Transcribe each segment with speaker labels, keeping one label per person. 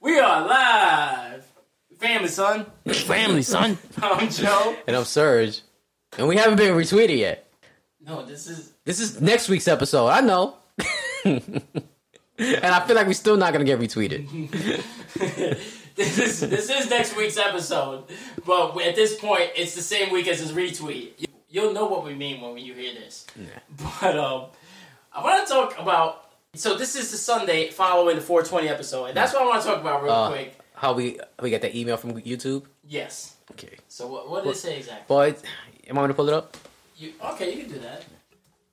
Speaker 1: We are live. Family, son.
Speaker 2: Family, son.
Speaker 1: I'm Joe.
Speaker 2: And I'm Serge. And we haven't been retweeted yet.
Speaker 1: No, this is.
Speaker 2: This is next week's episode. I know. and I feel like we're still not going to get retweeted.
Speaker 1: This is this is next week's episode, but at this point, it's the same week as his retweet. You- You'll know what we mean when you hear this. But um, I want to talk about. So this is the Sunday following the 420 episode, and that's what I want to talk about real
Speaker 2: Uh,
Speaker 1: quick.
Speaker 2: How we we got that email from YouTube?
Speaker 1: Yes.
Speaker 2: Okay.
Speaker 1: So what, what did it say exactly?
Speaker 2: Boy, you want me to pull it up?
Speaker 1: You, okay, you can do that.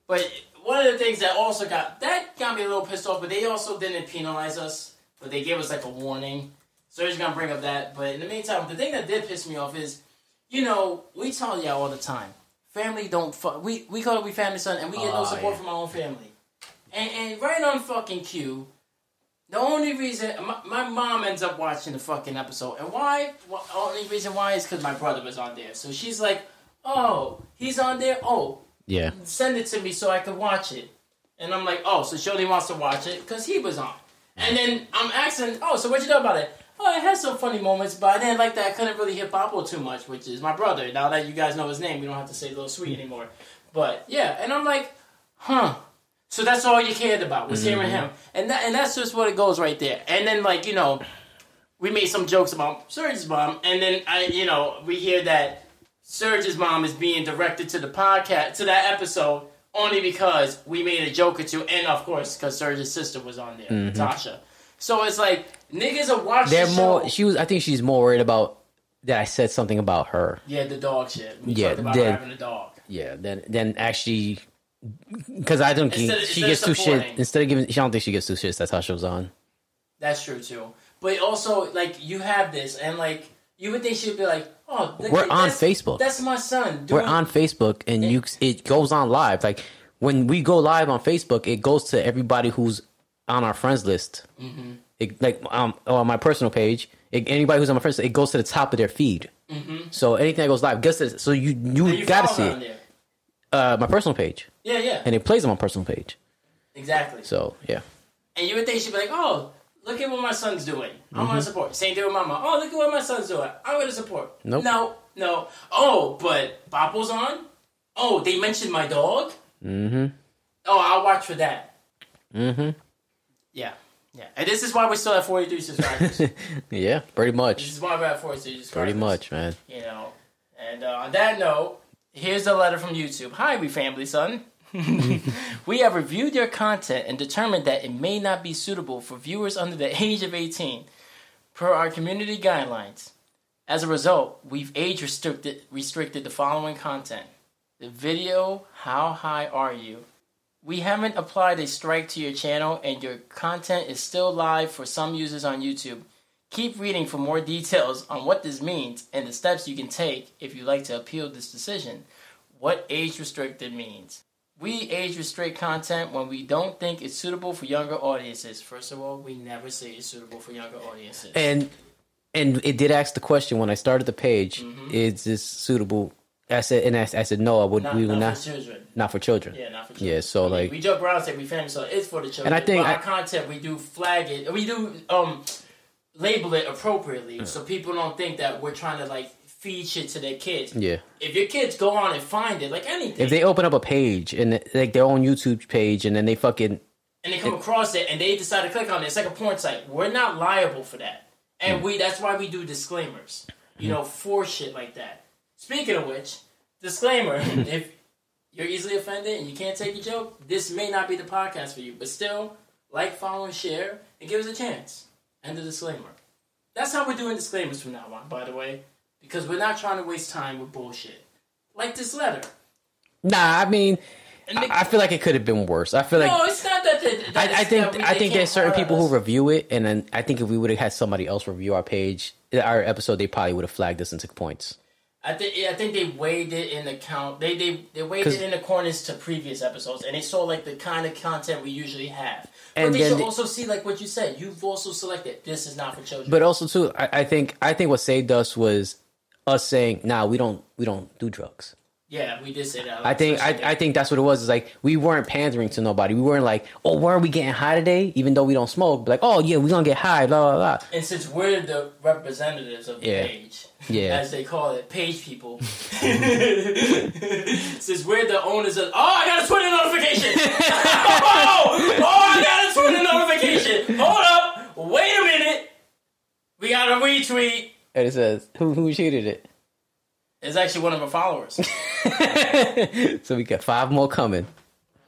Speaker 1: But one of the things that also got that got me a little pissed off, but they also didn't penalize us, but they gave us like a warning. So he's gonna bring up that. But in the meantime, the thing that did piss me off is, you know, we tell y'all all the time, family don't fuck. We we call it we family son, and we get no
Speaker 2: Oh,
Speaker 1: support
Speaker 2: yeah.
Speaker 1: from our own family. And and right on fucking cue, the only reason my, my mom ends up watching the fucking episode, and why? why only reason why is because my brother was on there, so she's like, oh, he's on there. Oh,
Speaker 2: Yeah.
Speaker 1: send it to me so I could watch it. And I'm like, oh, so she only wants to watch it because he was on. And then I'm asking, oh, so what you know about it? Oh, it had some funny moments, but I didn't like that I couldn't really hit Papo too much, which is my brother. Now that you guys know his name, we don't have to say Little Sweet anymore. But yeah, and I'm like, huh. So that's all you cared about was hearing
Speaker 2: Mm-hmm.
Speaker 1: him, and that, and that's just what it goes right there. And then like you know, we made some jokes about Serge's mom, and then I you know we hear that Serge's mom is being directed to the podcast to that episode only because we made a joke or two, and of course because Serge's sister was on there, Natasha. So it's like niggas are watching.
Speaker 2: Mm-hmm. They're
Speaker 1: the show.
Speaker 2: more she was I think she's more worried about that I said something about her.
Speaker 1: yeah, the dog shit. We
Speaker 2: Yeah,
Speaker 1: talked about
Speaker 2: they-
Speaker 1: having a dog.
Speaker 2: Yeah, than than actually because I don't think
Speaker 1: Instead of-
Speaker 2: she
Speaker 1: instead
Speaker 2: gets
Speaker 1: of
Speaker 2: two
Speaker 1: supporting.
Speaker 2: shit instead of giving. She don't think she gets two shits. That's how she was on.
Speaker 1: That's true too. But also, like you have this, and like you would think she'd be like, "Oh, look,
Speaker 2: We're
Speaker 1: at-
Speaker 2: on
Speaker 1: that's-
Speaker 2: Facebook.
Speaker 1: That's my son.
Speaker 2: We're
Speaker 1: doing-
Speaker 2: on Facebook, and you it goes on live. Like when we go live on Facebook, it goes to everybody who's on our friends list.
Speaker 1: Mm-hmm.
Speaker 2: It, like um, on my personal page, it, anybody who's on my friends, it goes to the top of their feed. So anything that goes live, guess this. So you you,
Speaker 1: And Mm-hmm. you
Speaker 2: gotta
Speaker 1: follow
Speaker 2: see
Speaker 1: her on
Speaker 2: it.
Speaker 1: there.
Speaker 2: Uh, my personal page,
Speaker 1: Yeah, yeah,
Speaker 2: and it plays on my personal page.
Speaker 1: exactly.
Speaker 2: So yeah,
Speaker 1: And you would think she'd be like, "Oh, look at what my son's doing. I'm gonna
Speaker 2: Mm-hmm.
Speaker 1: support." Same thing with mama. Oh, look at what my son's doing. I'm gonna support.
Speaker 2: Nope.
Speaker 1: No, no. Oh, but Boppo's on. Oh, they mentioned my dog. Mm-hmm. Oh, I'll watch for that.
Speaker 2: Mhm.
Speaker 1: Yeah, yeah. And this is why we're still at 43 subscribers. this
Speaker 2: yeah, pretty much,
Speaker 1: is why we're at 43 subscribers.
Speaker 2: pretty much, man.
Speaker 1: you know. And uh, on that note, here's a letter from YouTube. Hi, we family son. we have reviewed your content and determined that it may not be suitable for viewers under the age of 18 per our community guidelines. As a result, we've age restricted restricted the following content. The video How High Are You? We haven't applied a strike to your channel and your content is still live for some users on YouTube. Keep reading for more details on what this means and the steps you can take if you'd like to appeal this decision. What age restricted means. We age restrict content when we don't think it's suitable for younger audiences. First of all, we never say it's suitable for younger audiences.
Speaker 2: And and it did ask the question when I started the page:
Speaker 1: Mm-hmm.
Speaker 2: Is this suitable? I said, and I, I said, no, I would.
Speaker 1: Not,
Speaker 2: we would
Speaker 1: not,
Speaker 2: not.
Speaker 1: for children.
Speaker 2: not for children.
Speaker 1: Yeah, not for children.
Speaker 2: Yeah, so
Speaker 1: We-
Speaker 2: like,
Speaker 1: we joke around and say we family, so it's for the children.
Speaker 2: And I think
Speaker 1: but
Speaker 2: I-
Speaker 1: our content we do flag it, we do um label it appropriately, so people don't think that we're trying to like feed shit to their kids.
Speaker 2: yeah,
Speaker 1: If your kids go on and find it, like anything,
Speaker 2: if they open up a page and like their own YouTube page, and then they fucking
Speaker 1: and they come across it and they decide to click on it, it's like a porn site. We're not liable for that,
Speaker 2: Mm.
Speaker 1: and we that's why we do disclaimers, you know, for shit like that. Speaking of which, disclaimer: if you're easily offended and you can't take a joke, this may not be the podcast for you. But still, like, follow, and share, and give us a chance. End of disclaimer. That's how we're doing disclaimers from now on, by the way, because we're not trying to waste time with bullshit. Like this letter.
Speaker 2: nah. I mean,
Speaker 1: And
Speaker 2: I, I feel like it could have been worse. I feel like.
Speaker 1: no, it's not that. They, that
Speaker 2: I, I
Speaker 1: it's that
Speaker 2: think
Speaker 1: we-
Speaker 2: I
Speaker 1: they
Speaker 2: think
Speaker 1: can't
Speaker 2: there's certain
Speaker 1: hurt
Speaker 2: people
Speaker 1: us.
Speaker 2: who review it, and then I think if we would have had somebody else review our page, our episode, they probably would have flagged us and took points.
Speaker 1: I think yeah, I think they weighed it in the count. They they they weighed
Speaker 2: 'Cause-
Speaker 1: it in accordance to previous episodes, and they saw like the kind of content we usually have. But
Speaker 2: And
Speaker 1: they
Speaker 2: then
Speaker 1: should
Speaker 2: the-
Speaker 1: also see like what you said. You've also selected this is not for children.
Speaker 2: But also too, I, I think I think what saved us was us saying, "Nah, we don't we don't do drugs."
Speaker 1: Yeah, we did say that.
Speaker 2: I think I, I think that's what it was. Is like we weren't pandering to nobody. We weren't like, oh, where are we getting high today? Even though we don't smoke, like, oh yeah, we gonna get high, blah blah blah.
Speaker 1: and since we're the representatives of the
Speaker 2: Yeah.
Speaker 1: page,
Speaker 2: Yeah.
Speaker 1: as they call it, page people. since we're the owners of, oh, I got a Twitter notification. oh, oh, I got a Twitter notification. Hold up, wait a minute. We got a retweet.
Speaker 2: And it says who who shooted
Speaker 1: It's actually one of our followers.
Speaker 2: it. so we got five more coming.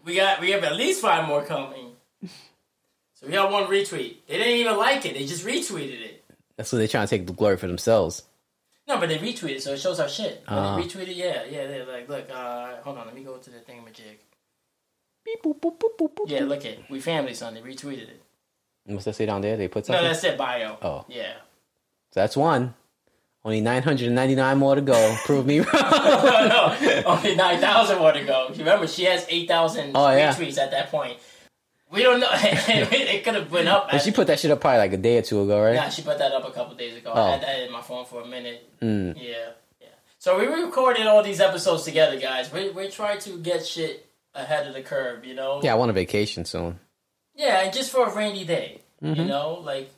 Speaker 1: We got we have at least five more coming. So we got one retweet. They didn't even like it. They just retweeted it.
Speaker 2: That's what they're trying to take the glory for themselves.
Speaker 1: No, but they retweeted, so it shows our shit. When
Speaker 2: Ah.
Speaker 1: they retweeted, yeah, yeah. They're like, look, uh, hold on, let me go to the thingamajig.
Speaker 2: Beep, boop, boop, boop, boop, boop.
Speaker 1: Yeah, look it. We family, son. They retweeted it.
Speaker 2: And What's that say down there? They put
Speaker 1: No,
Speaker 2: something.
Speaker 1: that's it, bio.
Speaker 2: Oh.
Speaker 1: Yeah.
Speaker 2: So that's one. Only nine hundred ninety nine more to go. Prove me wrong.
Speaker 1: no, no. Only 9,000 more to go. Remember, she has 8,000
Speaker 2: Oh, yeah.
Speaker 1: retweets at that point. We don't know. it could have went up.
Speaker 2: And she
Speaker 1: at-
Speaker 2: put that shit up probably like a day or two ago, right?
Speaker 1: Nah, she put that up a couple days ago.
Speaker 2: Oh. Hmm.
Speaker 1: I had that in my phone for a minute. Yeah, yeah. So we recorded all these episodes together, guys. We we trying to get shit ahead of the curve, you know.
Speaker 2: Yeah, I want a vacation soon.
Speaker 1: Yeah, and just for a rainy day, you
Speaker 2: Mm-hmm.
Speaker 1: know, like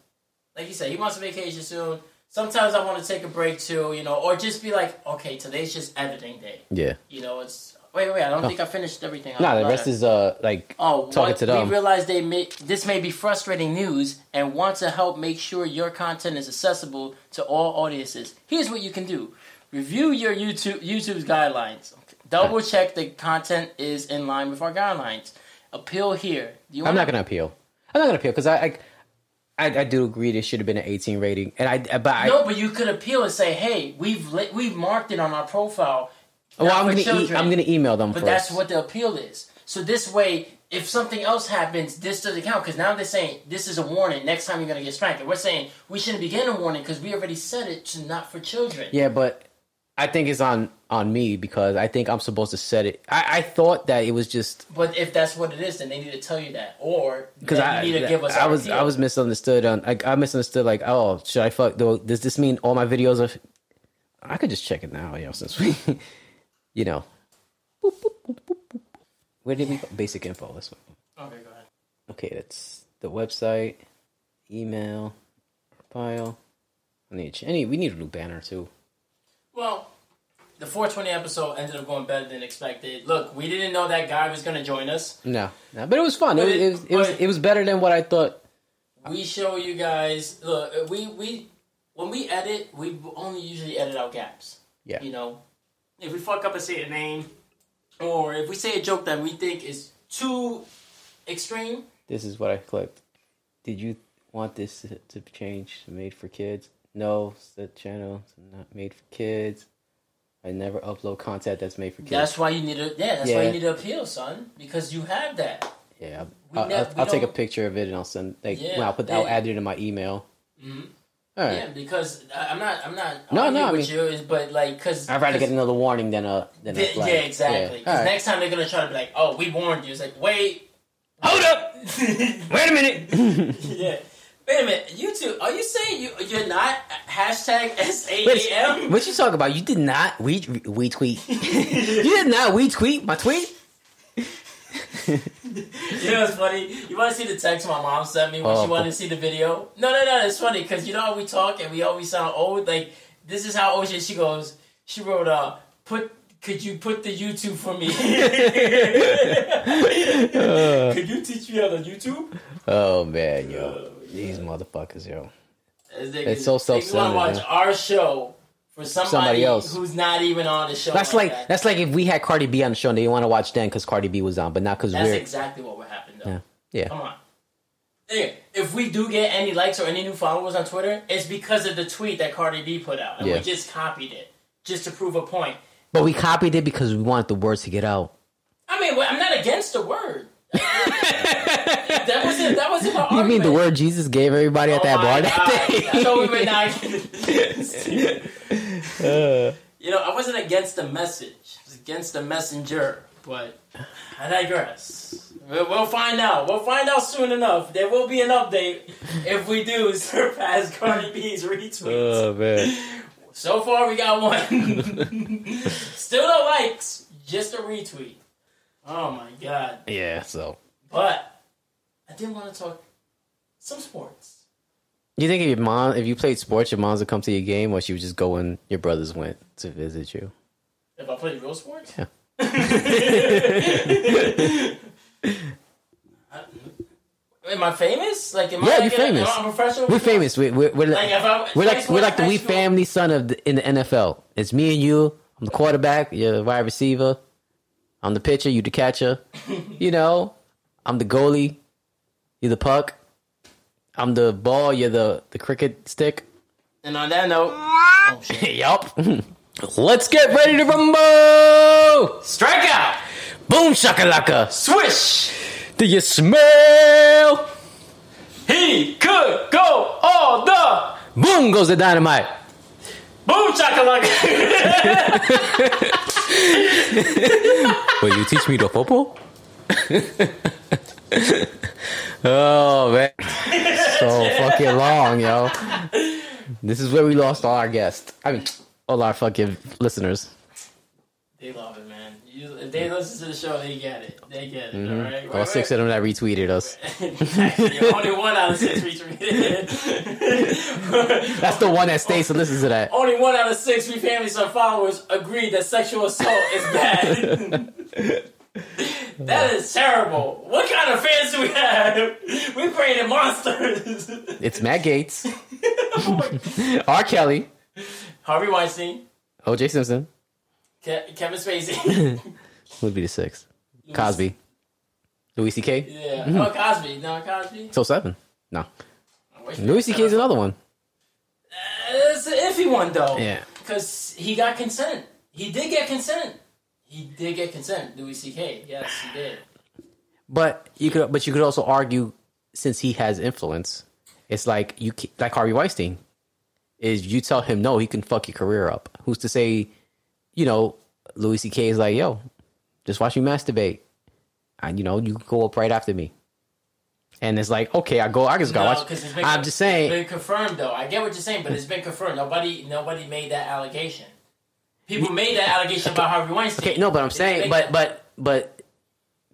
Speaker 1: like you said, he wants a vacation soon. Sometimes I want to take a break too, you know, or just be like, okay, today's just editing day.
Speaker 2: Yeah.
Speaker 1: You know, it's wait, wait. I don't think I finished everything. on
Speaker 2: Nah, the
Speaker 1: letter.
Speaker 2: rest is uh like
Speaker 1: Oh,
Speaker 2: talking
Speaker 1: what-
Speaker 2: to them.
Speaker 1: we realize they may, this may be frustrating news and want to help make sure your content is accessible to all audiences. Here's what you can do: review your YouTube YouTube's guidelines. Double check the content is in line with our guidelines. Appeal here. Do you
Speaker 2: I'm
Speaker 1: wanna-
Speaker 2: not gonna appeal. I'm not gonna appeal because I, I, I, I do agree this should have been an 18 rating, and I, but I,
Speaker 1: No, but you could appeal and say, "Hey, we've li- we've marked it on our profile."
Speaker 2: well,
Speaker 1: not
Speaker 2: I'm
Speaker 1: for
Speaker 2: gonna, e-
Speaker 1: children.
Speaker 2: I'm gonna email them
Speaker 1: But
Speaker 2: first.
Speaker 1: that's what the appeal is. So this way, if something else happens, this doesn't count because now they're saying this is a warning. Next time you're gonna get spanked. And we're saying we shouldn't be getting a warning because we already said it to not for children.
Speaker 2: yeah, but I think it's on on me because I think I'm supposed to set it. I, I thought that it was just
Speaker 1: But if that's what it is, then they need to tell you that, or because
Speaker 2: because I,
Speaker 1: you need to give us.
Speaker 2: I
Speaker 1: our
Speaker 2: was
Speaker 1: appeal.
Speaker 2: I was misunderstood on like I misunderstood like oh should I fuck though does this mean all my videos are? I could just check it now, you know, since we, you know, Boop, boop, boop, boop, boop. where did we go? basic info this one.
Speaker 1: Okay, go ahead.
Speaker 2: Okay, that's the website, email, file. I need ch- any. We need a new banner too.
Speaker 1: Well, the 420 episode ended up going better than expected. Look, we didn't know that guy was gonna join us.
Speaker 2: No, no, but it was fun. It
Speaker 1: But
Speaker 2: was,
Speaker 1: it-
Speaker 2: it was, it was,
Speaker 1: but-
Speaker 2: it was better than what I thought.
Speaker 1: we show you guys look we we when we edit we only usually edit out gaps
Speaker 2: Yeah.
Speaker 1: you know if we fuck up and say a name or if we say a joke that we think is too extreme
Speaker 2: This is what I clicked. Did you want this to- to change to made for kids? No, it's the channel is not made for kids. I never upload content that's made for kids.
Speaker 1: that's why you need to yeah that's why
Speaker 2: Yeah.
Speaker 1: you need to appeal son because you have that
Speaker 2: yeah,
Speaker 1: we
Speaker 2: I'll, I'll,
Speaker 1: nev- we
Speaker 2: I'll take a
Speaker 1: don't-
Speaker 2: picture of it and I'll send. Like,
Speaker 1: Yeah,
Speaker 2: when I'll put, I'll
Speaker 1: they-
Speaker 2: add it in my email.
Speaker 1: Mhm.
Speaker 2: All right.
Speaker 1: yeah because I- i'm not i'm not
Speaker 2: No, no,
Speaker 1: arguing
Speaker 2: I
Speaker 1: with you is- but like because
Speaker 2: I'd rather get another warning than a than a
Speaker 1: yeah
Speaker 2: flag.
Speaker 1: exactly 'Cause
Speaker 2: All right.
Speaker 1: next time they're gonna try to be like oh we warned you it's like wait hold up
Speaker 2: Wait a minute.
Speaker 1: Yeah. Wait a minute, you two, are you saying you you're not hashtag S A A M?
Speaker 2: what you talking about? You did not we we tweet. you did not we tweet my tweet.
Speaker 1: You know what's funny? You want to see the text my mom sent me when
Speaker 2: Oh,
Speaker 1: she wanted to see the video? No, no, no. It's funny because you know how we talk and we always sound old. Like this is how old she, she goes. She wrote, "Uh, put could you put the YouTube for me?
Speaker 2: Uh.
Speaker 1: could you teach me how to YouTube?"
Speaker 2: Oh man, yo, these motherfuckers, yo.
Speaker 1: It's
Speaker 2: so
Speaker 1: You want
Speaker 2: self-centered,
Speaker 1: to
Speaker 2: man.
Speaker 1: watch our show for somebody,
Speaker 2: Somebody else.
Speaker 1: who's not even on the show?
Speaker 2: That's
Speaker 1: like
Speaker 2: like
Speaker 1: that.
Speaker 2: that's like if we had Cardi B on the show and they want to watch then because Cardi B was on, but not because
Speaker 1: That's
Speaker 2: we're
Speaker 1: exactly what would happen though.
Speaker 2: yeah. yeah.
Speaker 1: Come on. Hey, If we do get any likes or any new followers on Twitter, it's because of the tweet that Cardi B put out, and
Speaker 2: Yeah.
Speaker 1: we just copied it just to prove a point.
Speaker 2: But we copied it because we wanted the words to get out.
Speaker 1: I mean, well, I'm not against the word. that wasn't that wasn't my
Speaker 2: You
Speaker 1: argument.
Speaker 2: mean the word Jesus gave everybody at
Speaker 1: Oh
Speaker 2: that
Speaker 1: my
Speaker 2: bar that
Speaker 1: God. I thought we were
Speaker 2: day?
Speaker 1: not. you know, I wasn't against the message. I was against the messenger, but I digress. We'll, we'll find out. We'll find out soon enough. There will be an update if we do surpass
Speaker 2: Uh.
Speaker 1: Cardi B's retweets.
Speaker 2: man,
Speaker 1: So far, we got one. Still no likes, just a retweet. Oh my god.
Speaker 2: Yeah, so
Speaker 1: But I did want to talk some sports.
Speaker 2: you think if your mom, if you played sports, your mom's would come to your game, or she would just go when your brothers went to visit you?
Speaker 1: If I play real sports?
Speaker 2: Yeah.
Speaker 1: I- am I famous? Like, am
Speaker 2: Yeah,
Speaker 1: I
Speaker 2: you're
Speaker 1: like, am I-
Speaker 2: famous.
Speaker 1: Am I a professional?
Speaker 2: We're famous. We're we're, we're
Speaker 1: Like, if
Speaker 2: like
Speaker 1: I,
Speaker 2: we're like,
Speaker 1: if I
Speaker 2: we're like the
Speaker 1: high
Speaker 2: wee
Speaker 1: school-
Speaker 2: family son of the, in the NFL. It's me and you. I'm the quarterback. You're the wide receiver. I'm the pitcher. You the catcher. you know, I'm the goalie. You're the puck. I'm the ball. You're the the cricket stick.
Speaker 1: And on that note, oh, shit.
Speaker 2: yup. Let's get ready to rumble.
Speaker 1: strike out,
Speaker 2: Boom shakalaka.
Speaker 1: swish.
Speaker 2: Do you smell?
Speaker 1: He could go all the
Speaker 2: Boom goes the dynamite.
Speaker 1: boom chakalaka.
Speaker 2: Will you teach me the football? oh man, so fucking long, yo. This is where we lost all our guests. I mean, all our fucking listeners.
Speaker 1: they love it, man. You, if they listen to the show, they get it. They get it. all right.
Speaker 2: All Mm-hmm. six of them that retweeted us.
Speaker 1: Actually, only one out of six retweeted.
Speaker 2: That's the one that stays and listens to that.
Speaker 1: only one out of six we families or followers agreed that sexual assault is bad. that is terrible. What kind of fans do we have? We created monsters.
Speaker 2: It's Matt Gates, R. Kelly,
Speaker 1: Harvey Weinstein,
Speaker 2: O.J. Simpson
Speaker 1: Ke- Kevin Spacey.
Speaker 2: would be the sixth. Cosby, Mm-hmm. Louis C.K.
Speaker 1: Yeah. Oh, Cosby. No, Cosby.
Speaker 2: So seven. No, Louis C.K. is another one.
Speaker 1: It's an iffy one though.
Speaker 2: Yeah.
Speaker 1: Because he got consent. He did get consent. He did get consent. Louis C.K. Yes, he did.
Speaker 2: But you could, but you could also argue, since he has influence, it's like you ca- like Harvey Weinstein. Is you tell him no, he can fuck your career up. Who's to say, you know, Louis C.K. is like, yo, just watch me masturbate, and you know, you go up right after me. And it's like, okay, I go, I just got
Speaker 1: No,
Speaker 2: watch.
Speaker 1: 'cause it's been
Speaker 2: I'm
Speaker 1: con-
Speaker 2: just
Speaker 1: It's
Speaker 2: saying,
Speaker 1: been confirmed though. I get what you're saying, but it's been confirmed. Nobody, nobody made that allegation. People made that allegation about Harvey Weinstein.
Speaker 2: okay, no, but I'm
Speaker 1: It's
Speaker 2: saying,
Speaker 1: been-
Speaker 2: but but but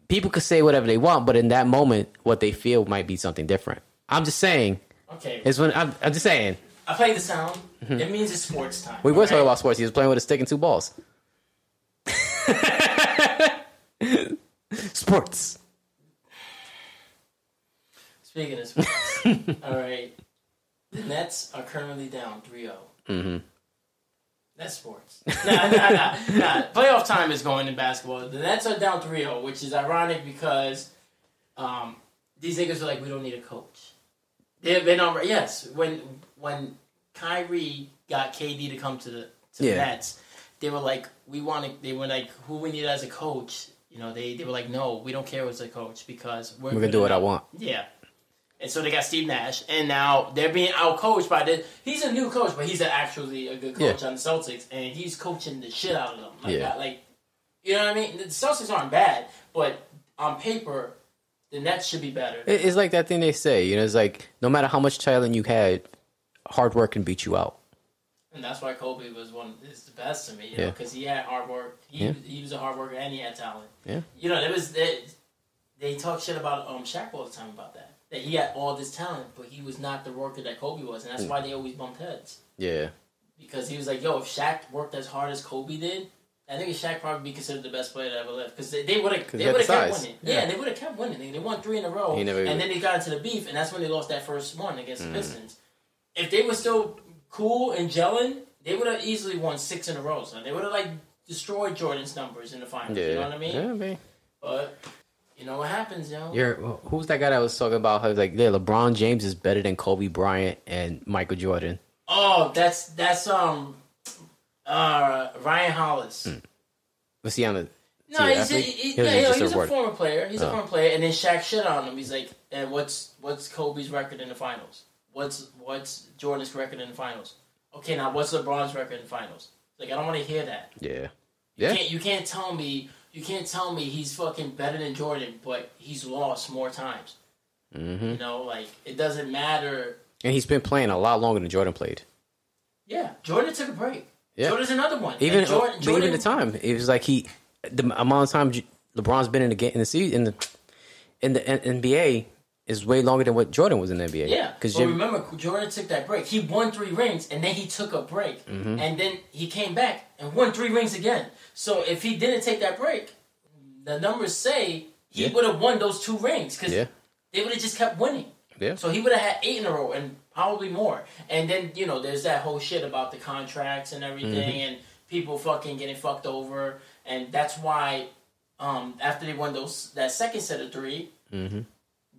Speaker 2: people could say whatever they want, but in that moment, what they feel might be something different. I'm just saying,
Speaker 1: okay.
Speaker 2: it's when I'm, I'm just saying.
Speaker 1: I played the sound. It means it's sports time.
Speaker 2: We were
Speaker 1: alright?
Speaker 2: talking about sports. He was playing with a stick and two balls. sports.
Speaker 1: Speaking of sports, all right. The Nets are currently down 3 0. Mm-hmm. That's sports. Nah, nah, nah, nah. Playoff time is going in basketball. The Nets are down 3 0, which is ironic because um, these niggas are like, we don't need a coach. They've been on. Yes, when when Kyrie got KD to come to the, to the
Speaker 2: Yeah.
Speaker 1: Nets, they were like, we want to. They were like, who we need as a coach. You know, they, they were like, no, we don't care who's a coach because we're,
Speaker 2: We're
Speaker 1: good
Speaker 2: gonna do what I
Speaker 1: enough."
Speaker 2: want.
Speaker 1: Yeah. And so they got Steve Nash, and now they're being outcoached by this. He's a new coach, but he's a, actually a good coach
Speaker 2: Yeah.
Speaker 1: on the Celtics, and he's coaching the shit out of them. Like,
Speaker 2: Yeah.
Speaker 1: I- like, you know what I mean? The Celtics aren't bad, but on paper, the Nets should be better.
Speaker 2: It- It's like that thing they say. You know, it's like no matter how much talent you had, hard work can beat you out.
Speaker 1: And that's why Kobe was one is the best to me, you
Speaker 2: Yeah.
Speaker 1: because he had hard work. He,
Speaker 2: Yeah.
Speaker 1: he was a hard worker and he had talent.
Speaker 2: Yeah.
Speaker 1: You know, there was they, they talk shit about um Shaq all the time about that. That he had all this talent, but he was not the worker that Kobe was, and that's why they always bumped heads.
Speaker 2: Yeah.
Speaker 1: Because he was like, yo, if Shaq worked as hard as Kobe did, I think Shaq probably be considered the best player that ever lived. Because they, they would have
Speaker 2: 'Cause he
Speaker 1: they
Speaker 2: had
Speaker 1: would have
Speaker 2: the
Speaker 1: kept
Speaker 2: size.
Speaker 1: winning. Yeah,
Speaker 2: Yeah.
Speaker 1: they would have kept winning. They, they won three in a row.
Speaker 2: He never Mm.
Speaker 1: and
Speaker 2: would-
Speaker 1: then they got into the beef, and that's when they lost that first one against the Pistons. If they were still cool and gelling, they would have easily won six in a row. So they would have, like, destroyed Jordan's numbers in the finals.
Speaker 2: Yeah.
Speaker 1: You know what I mean?
Speaker 2: Yeah, man.
Speaker 1: But you know what happens, yo.
Speaker 2: You're, well, who's that guy that was talking about? How he's like, yeah, LeBron James is better than Kobe Bryant and Michael Jordan.
Speaker 1: oh, that's that's um uh Ryan
Speaker 2: Hmm.
Speaker 1: Hollis.
Speaker 2: Was he on the?
Speaker 1: No,
Speaker 2: Yeah,
Speaker 1: he's, a,
Speaker 2: athlete?
Speaker 1: he,
Speaker 2: He was
Speaker 1: yeah,
Speaker 2: just
Speaker 1: he was
Speaker 2: a
Speaker 1: a
Speaker 2: word.
Speaker 1: former player. He's a
Speaker 2: Oh.
Speaker 1: former player, and then Shaq shit on him. He's like, "And what's what's Kobe's record in the finals? What's what's Jordan's record in the finals? Okay, now what's LeBron's record in the finals? Like, I don't want to hear that.
Speaker 2: Yeah.
Speaker 1: You
Speaker 2: Yeah.
Speaker 1: can't you can't tell me you can't tell me he's fucking better than Jordan, but he's lost more times.
Speaker 2: hmm
Speaker 1: You know, like it doesn't matter.
Speaker 2: And he's been playing a lot longer than Jordan played.
Speaker 1: Yeah, Jordan took a break.
Speaker 2: Yeah.
Speaker 1: Jordan's another one.
Speaker 2: Even
Speaker 1: Like, Jordan,
Speaker 2: but
Speaker 1: Jordan,
Speaker 2: even the time, it was like he the amount of time J- LeBron's been in the game in the season in the in the N- NBA is way longer than what Jordan was in the NBA.
Speaker 1: Yeah,
Speaker 2: because
Speaker 1: because remember, Jordan took that break. He won three rings, and then he took a break,
Speaker 2: Mm-hmm.
Speaker 1: and then he came back and won three rings again. So if he didn't take that break, the numbers say he
Speaker 2: Yeah.
Speaker 1: would have won those two rings because
Speaker 2: Yeah.
Speaker 1: they would have just kept winning.
Speaker 2: yeah,
Speaker 1: So he would have had eight in a row and probably more. And then, you know, there's that whole shit about the contracts and everything
Speaker 2: Mm-hmm.
Speaker 1: and people fucking getting fucked over. And that's why um, after they won those that second set of 3
Speaker 2: Mm-hmm.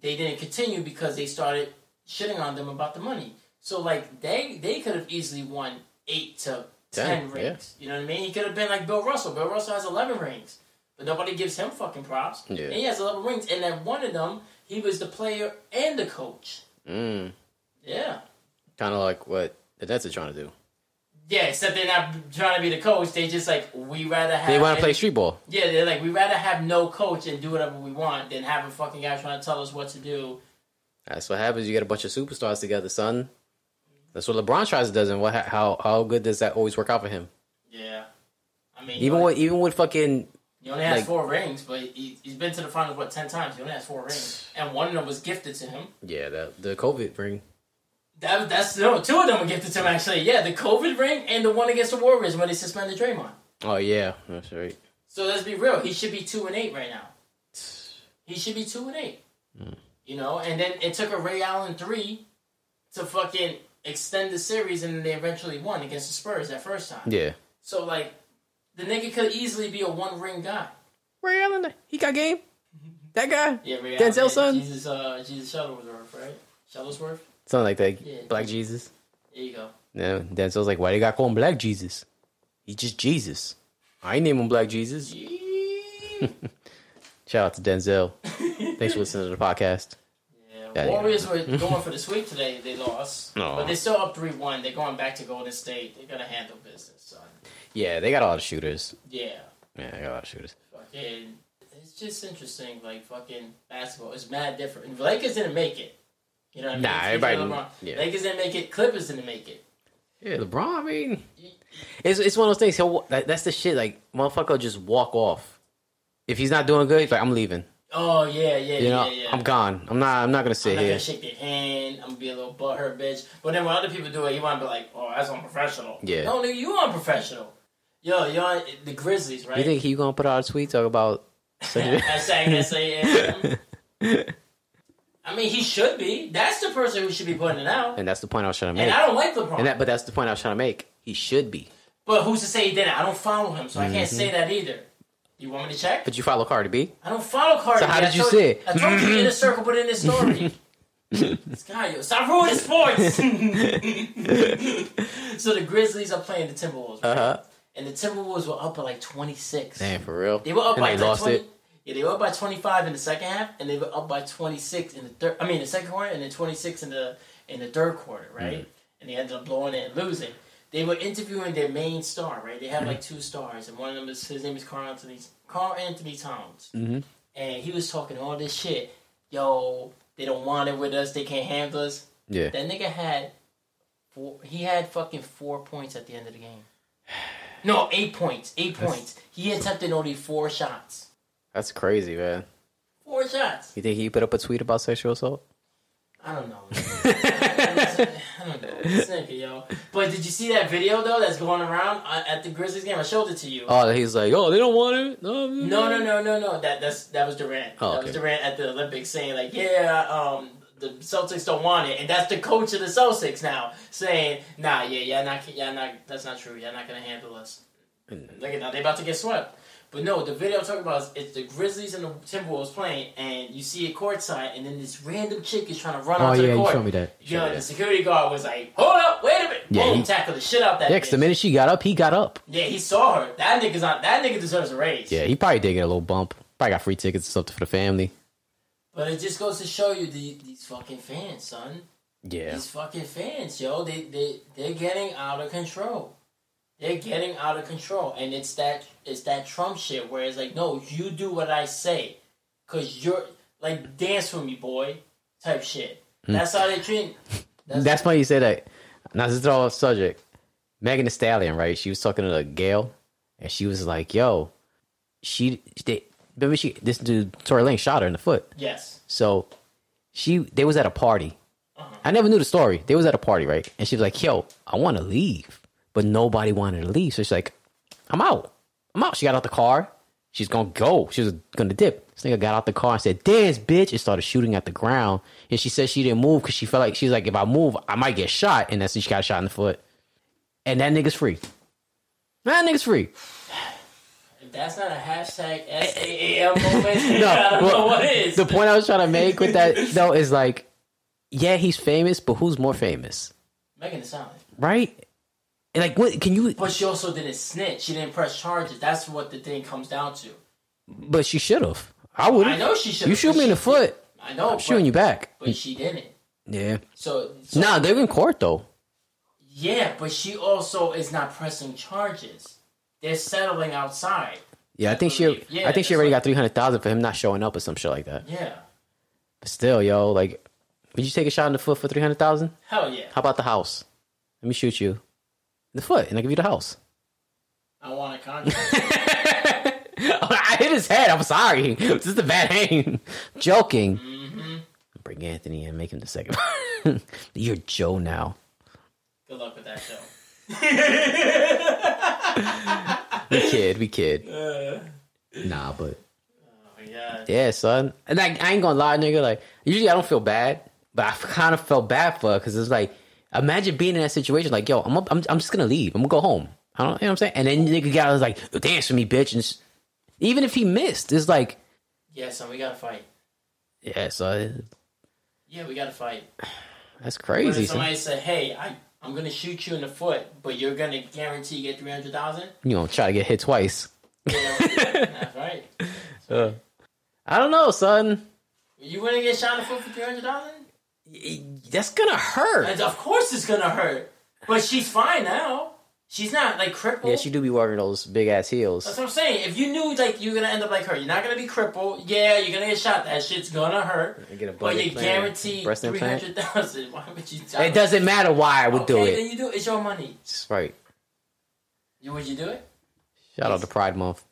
Speaker 1: they didn't continue because they started shitting on them about the money. So like they they could have easily won eight to ten,
Speaker 2: Ten, yeah.
Speaker 1: rings. You know what I mean? He could have been like Bill Russell. Bill Russell has eleven rings. But nobody gives him fucking props.
Speaker 2: Yeah.
Speaker 1: And he has 11 rings. And then one of them, he was the player and the coach.
Speaker 2: mm,
Speaker 1: Yeah.
Speaker 2: kind of like what the Nets are trying to do.
Speaker 1: Yeah, except they're not trying to be the coach. They just like, we rather have.
Speaker 2: They want to play street ball.
Speaker 1: Yeah, they're like, we rather have no coach and do whatever we want than have a fucking guy trying to tell us what to do.
Speaker 2: That's what happens. You get a bunch of superstars together, son. That's what LeBron tries to does, and what how how good does that always work out for him?
Speaker 1: Yeah. I mean,
Speaker 2: Even
Speaker 1: like,
Speaker 2: with even with fucking
Speaker 1: he only has
Speaker 2: like-
Speaker 1: four rings, but he, he's been to the finals, what, 10 times? He only has four rings. And one of them was gifted to him.
Speaker 2: yeah the the COVID ring.
Speaker 1: That, that's, no, two of them were gifted to him, actually. Yeah, the COVID ring and the one against the Warriors when they suspended Draymond.
Speaker 2: Oh yeah, that's right.
Speaker 1: So let's be real. He should be two and eight right now. He should be two and eight. You know, and then it took a Ray Allen three to fucking extend the series, and then they eventually won against the Spurs that first time.
Speaker 2: Yeah,
Speaker 1: So like, the nigga could easily be a one ring guy.
Speaker 2: Ray Allen, he got game. That guy,
Speaker 1: Yeah, Ray
Speaker 2: Denzel
Speaker 1: Allen.
Speaker 2: son?
Speaker 1: Jesus, uh, Jesus Shuttlesworth, right? Shuttlesworth.
Speaker 2: something like that.
Speaker 1: Yeah.
Speaker 2: Black Jesus.
Speaker 1: There you go.
Speaker 2: No, Denzel's like, why they got called Black Jesus? He just Jesus. I ain't name him Black Jesus.
Speaker 1: yeah,
Speaker 2: Shout out to Denzel. Thanks for listening to the podcast. Yeah,
Speaker 1: Warriors were going for the sweep today. They lost,
Speaker 2: Aw.
Speaker 1: but they're still up three one. They're going back to Golden State. They gotta handle business, son.
Speaker 2: Yeah, they got a lot of shooters.
Speaker 1: Yeah.
Speaker 2: Yeah, they got a lot of shooters.
Speaker 1: Fucking, it's just interesting. Like fucking basketball, it's mad different. Lakers didn't make it. You know what I mean?
Speaker 2: Nah,
Speaker 1: It's
Speaker 2: everybody
Speaker 1: because of
Speaker 2: didn't- yeah.
Speaker 1: Lakers didn't make it. Clippers didn't make it.
Speaker 2: Yeah, LeBron. I mean, it's it's one of those things. He'll that, that's the shit. Like motherfucker, will just walk off. If he's not doing good, he's like, I'm leaving.
Speaker 1: Oh yeah, yeah,
Speaker 2: You
Speaker 1: yeah,
Speaker 2: know,
Speaker 1: yeah.
Speaker 2: I'm gone. I'm not. I'm not gonna
Speaker 1: I'm
Speaker 2: sit
Speaker 1: not
Speaker 2: here.
Speaker 1: gonna shake their hand. I'm gonna be a little butthurt bitch. But then when other people do it, you want to be like, "Oh, that's unprofessional."
Speaker 2: Yeah.
Speaker 1: No, nigga, you unprofessional. Yo, you're on the Grizzlies, right?
Speaker 2: You think he gonna put out a tweet talk about?
Speaker 1: Hashtag SAM. I mean, he should be. That's the person who should be putting it out.
Speaker 2: and that's the point I was trying to
Speaker 1: And
Speaker 2: make.
Speaker 1: I don't like LeBron.
Speaker 2: And that, but that's the point I was trying to make. He should be.
Speaker 1: But who's to say he didn't? I don't follow him, so I can't say
Speaker 2: Mm-hmm.
Speaker 1: that either. You want me to check?
Speaker 2: But you follow Cardi B.
Speaker 1: I don't follow Cardi.
Speaker 2: So how
Speaker 1: B. I
Speaker 2: did you
Speaker 1: told-
Speaker 2: say it?
Speaker 1: I told you in a circle, but in this story. this guy, yo, stop ruining sports. so the Grizzlies are playing the Timberwolves, right?
Speaker 2: Uh-huh.
Speaker 1: and the Timberwolves were up by like twenty six.
Speaker 2: Damn, for real.
Speaker 1: They were up
Speaker 2: and
Speaker 1: by
Speaker 2: they lost
Speaker 1: 20,
Speaker 2: it.
Speaker 1: Yeah, they were up by twenty five in the second half, and they were up by twenty six in the third. I mean, the second quarter, and then twenty six in the in the third quarter, right?
Speaker 2: Mm-hmm.
Speaker 1: And they ended up blowing it and losing. They were interviewing their main star, right? They had
Speaker 2: Mm-hmm.
Speaker 1: like two stars, and one of them is his name is Carl Anthony Carl Anthony Towns,
Speaker 2: Mhm.
Speaker 1: and he was talking all this shit. Yo, they don't want it with us. They can't handle us.
Speaker 2: Yeah.
Speaker 1: That nigga had four. He had fucking four points at the end of the game. No, eight points. Eight points. He attempted only four shots.
Speaker 2: That's crazy, man.
Speaker 1: Four shots.
Speaker 2: You think he put up a tweet about sexual assault?
Speaker 1: I don't know. man. I don't know. This nigga, yo. But did you see that video though that's going around uh, at the Grizzlies game? I showed it to you.
Speaker 2: Oh, he's like, oh, they don't want it. No,
Speaker 1: no, no, no, no, no. That that's that was Durant.
Speaker 2: Oh,
Speaker 1: That was
Speaker 2: okay.
Speaker 1: Durant at the Olympics saying like, yeah, um, the Celtics don't want it, and that's the coach of the Celtics now saying, nah, yeah, yeah, not, yeah, not. That's not true. Y'all not gonna handle us.
Speaker 2: Mm.
Speaker 1: Look at now, they about to get swept. But no, the video I'm talking about is it's the Grizzlies and the Timberwolves playing, and you see it courtside, and then this random chick is trying to run
Speaker 2: Oh
Speaker 1: onto
Speaker 2: yeah,
Speaker 1: the
Speaker 2: you
Speaker 1: court.
Speaker 2: showed me that.
Speaker 1: Yo, the security guard was like, "Hold up, wait a minute!"
Speaker 2: Yeah,
Speaker 1: Boom,
Speaker 2: he-
Speaker 1: tackle the shit out that.
Speaker 2: Yeah, 'cause the
Speaker 1: bitch.
Speaker 2: minute she got up, he got up.
Speaker 1: yeah, he saw her. That nigga's on. That nigga deserves a raise.
Speaker 2: Yeah, he probably did get a little bump. Probably got free tickets or something for the family.
Speaker 1: But it just goes to show you the, these fucking fans, son.
Speaker 2: Yeah.
Speaker 1: These fucking fans, yo, they they they're getting out of control. They're getting out of control, and it's that it's that Trump shit where it's like, no, you do what I say, cause you're like dance for me, boy, type
Speaker 2: Hmm.
Speaker 1: shit. That's how they treat.
Speaker 2: That's why you say that. Now, this is all off subject. Megan Thee Stallion, right? She was talking to Gail, and she was like, "Yo, she they remember she this dude Tory Lane shot her in the foot.
Speaker 1: Yes.
Speaker 2: So she they was at a party. I never knew the story. They was at a party, right? And she was like, "Yo, I want to leave," but nobody wanted to leave. So she's like, "I'm out. I'm out." She got out the car. She's gonna go. She was gonna dip. This nigga got out the car and said, "Dance, bitch!" and started shooting at the ground. And she said she didn't move because she felt like she's like, "If I move, I might get shot." And that's when she got shot in the foot. And that nigga's free. That nigga's free.
Speaker 1: If that's not a hashtag
Speaker 2: Eh,
Speaker 1: SAAM moment,
Speaker 2: No,
Speaker 1: I don't know
Speaker 2: well,
Speaker 1: what is.
Speaker 2: the point I was trying to make with that though is like, yeah, he's famous, but who's more famous,
Speaker 1: Megan Thee Stallion.
Speaker 2: right? And like, what can you?
Speaker 1: But she also didn't snitch. She didn't press charges. That's what the thing comes down to.
Speaker 2: But she should have. I would.
Speaker 1: I know she should.
Speaker 2: You shoot me in the foot.
Speaker 1: I know.
Speaker 2: I'm shooting you back.
Speaker 1: But she didn't.
Speaker 2: Yeah.
Speaker 1: So, so
Speaker 2: Nah, they were in court though.
Speaker 1: yeah, but she also is not pressing charges. They're settling outside.
Speaker 2: Yeah, I think she.
Speaker 1: believe. Yeah,
Speaker 2: I think she
Speaker 1: that's
Speaker 2: already
Speaker 1: like-
Speaker 2: got three hundred thousand for him not showing up or some shit like that.
Speaker 1: Yeah.
Speaker 2: But still, yo, like, would you take a shot in the foot for three hundred thousand?
Speaker 1: Hell yeah.
Speaker 2: How about the house? Let me shoot you in the foot, and I give you the house.
Speaker 1: I want a contract.
Speaker 2: I hit his head. I'm sorry. This is a bad aim. Joking.
Speaker 1: Mm-hmm.
Speaker 2: Bring Anthony in. Make him the second. You're Joe now.
Speaker 1: Good luck with that show.
Speaker 2: Oh We kid. We kid. Nah, but
Speaker 1: Oh my god.
Speaker 2: yeah, son. And like, I ain't gonna lie, nigga. Like, usually I don't feel bad, but I kind of felt bad for her because it's like, imagine being in that situation. Like, yo, I'm, up, I'm, I'm just gonna leave. I'm gonna go home. I don't, you know what I'm saying? And then nigga guy was like, dance for me, bitch. And s- even if he missed, it's like,
Speaker 1: Yeah, son, we gotta fight.
Speaker 2: yeah, son,
Speaker 1: Yeah, we gotta fight.
Speaker 2: that's
Speaker 1: But
Speaker 2: crazy.
Speaker 1: if
Speaker 2: Son.
Speaker 1: somebody said, "Hey, I, I'm gonna shoot you in the foot, but you're gonna guarantee you get three hundred thousand?
Speaker 2: You know, try to get hit twice.
Speaker 1: That's right.
Speaker 2: I don't know, son.
Speaker 1: You wanna get shot in the foot for three hundred thousand?
Speaker 2: That's gonna hurt.
Speaker 1: And Of course, it's gonna hurt. But she's fine now. She's not like crippled.
Speaker 2: Yeah, she do be wearing those big ass heels.
Speaker 1: That's what I'm saying. If you knew like you're gonna end up like her, you're not gonna be crippled. Yeah, you're gonna get shot. That shit's gonna hurt.
Speaker 2: And get a
Speaker 1: But
Speaker 2: butt
Speaker 1: you're
Speaker 2: implant,
Speaker 1: guaranteed
Speaker 2: breast
Speaker 1: three
Speaker 2: implant.
Speaker 1: hundred thousand. Why would you?
Speaker 2: It doesn't matter why I would
Speaker 1: okay,
Speaker 2: do
Speaker 1: Then
Speaker 2: it.
Speaker 1: you do it. It's your money.
Speaker 2: That's right.
Speaker 1: You would you do it?
Speaker 2: Shout out to Pride Month.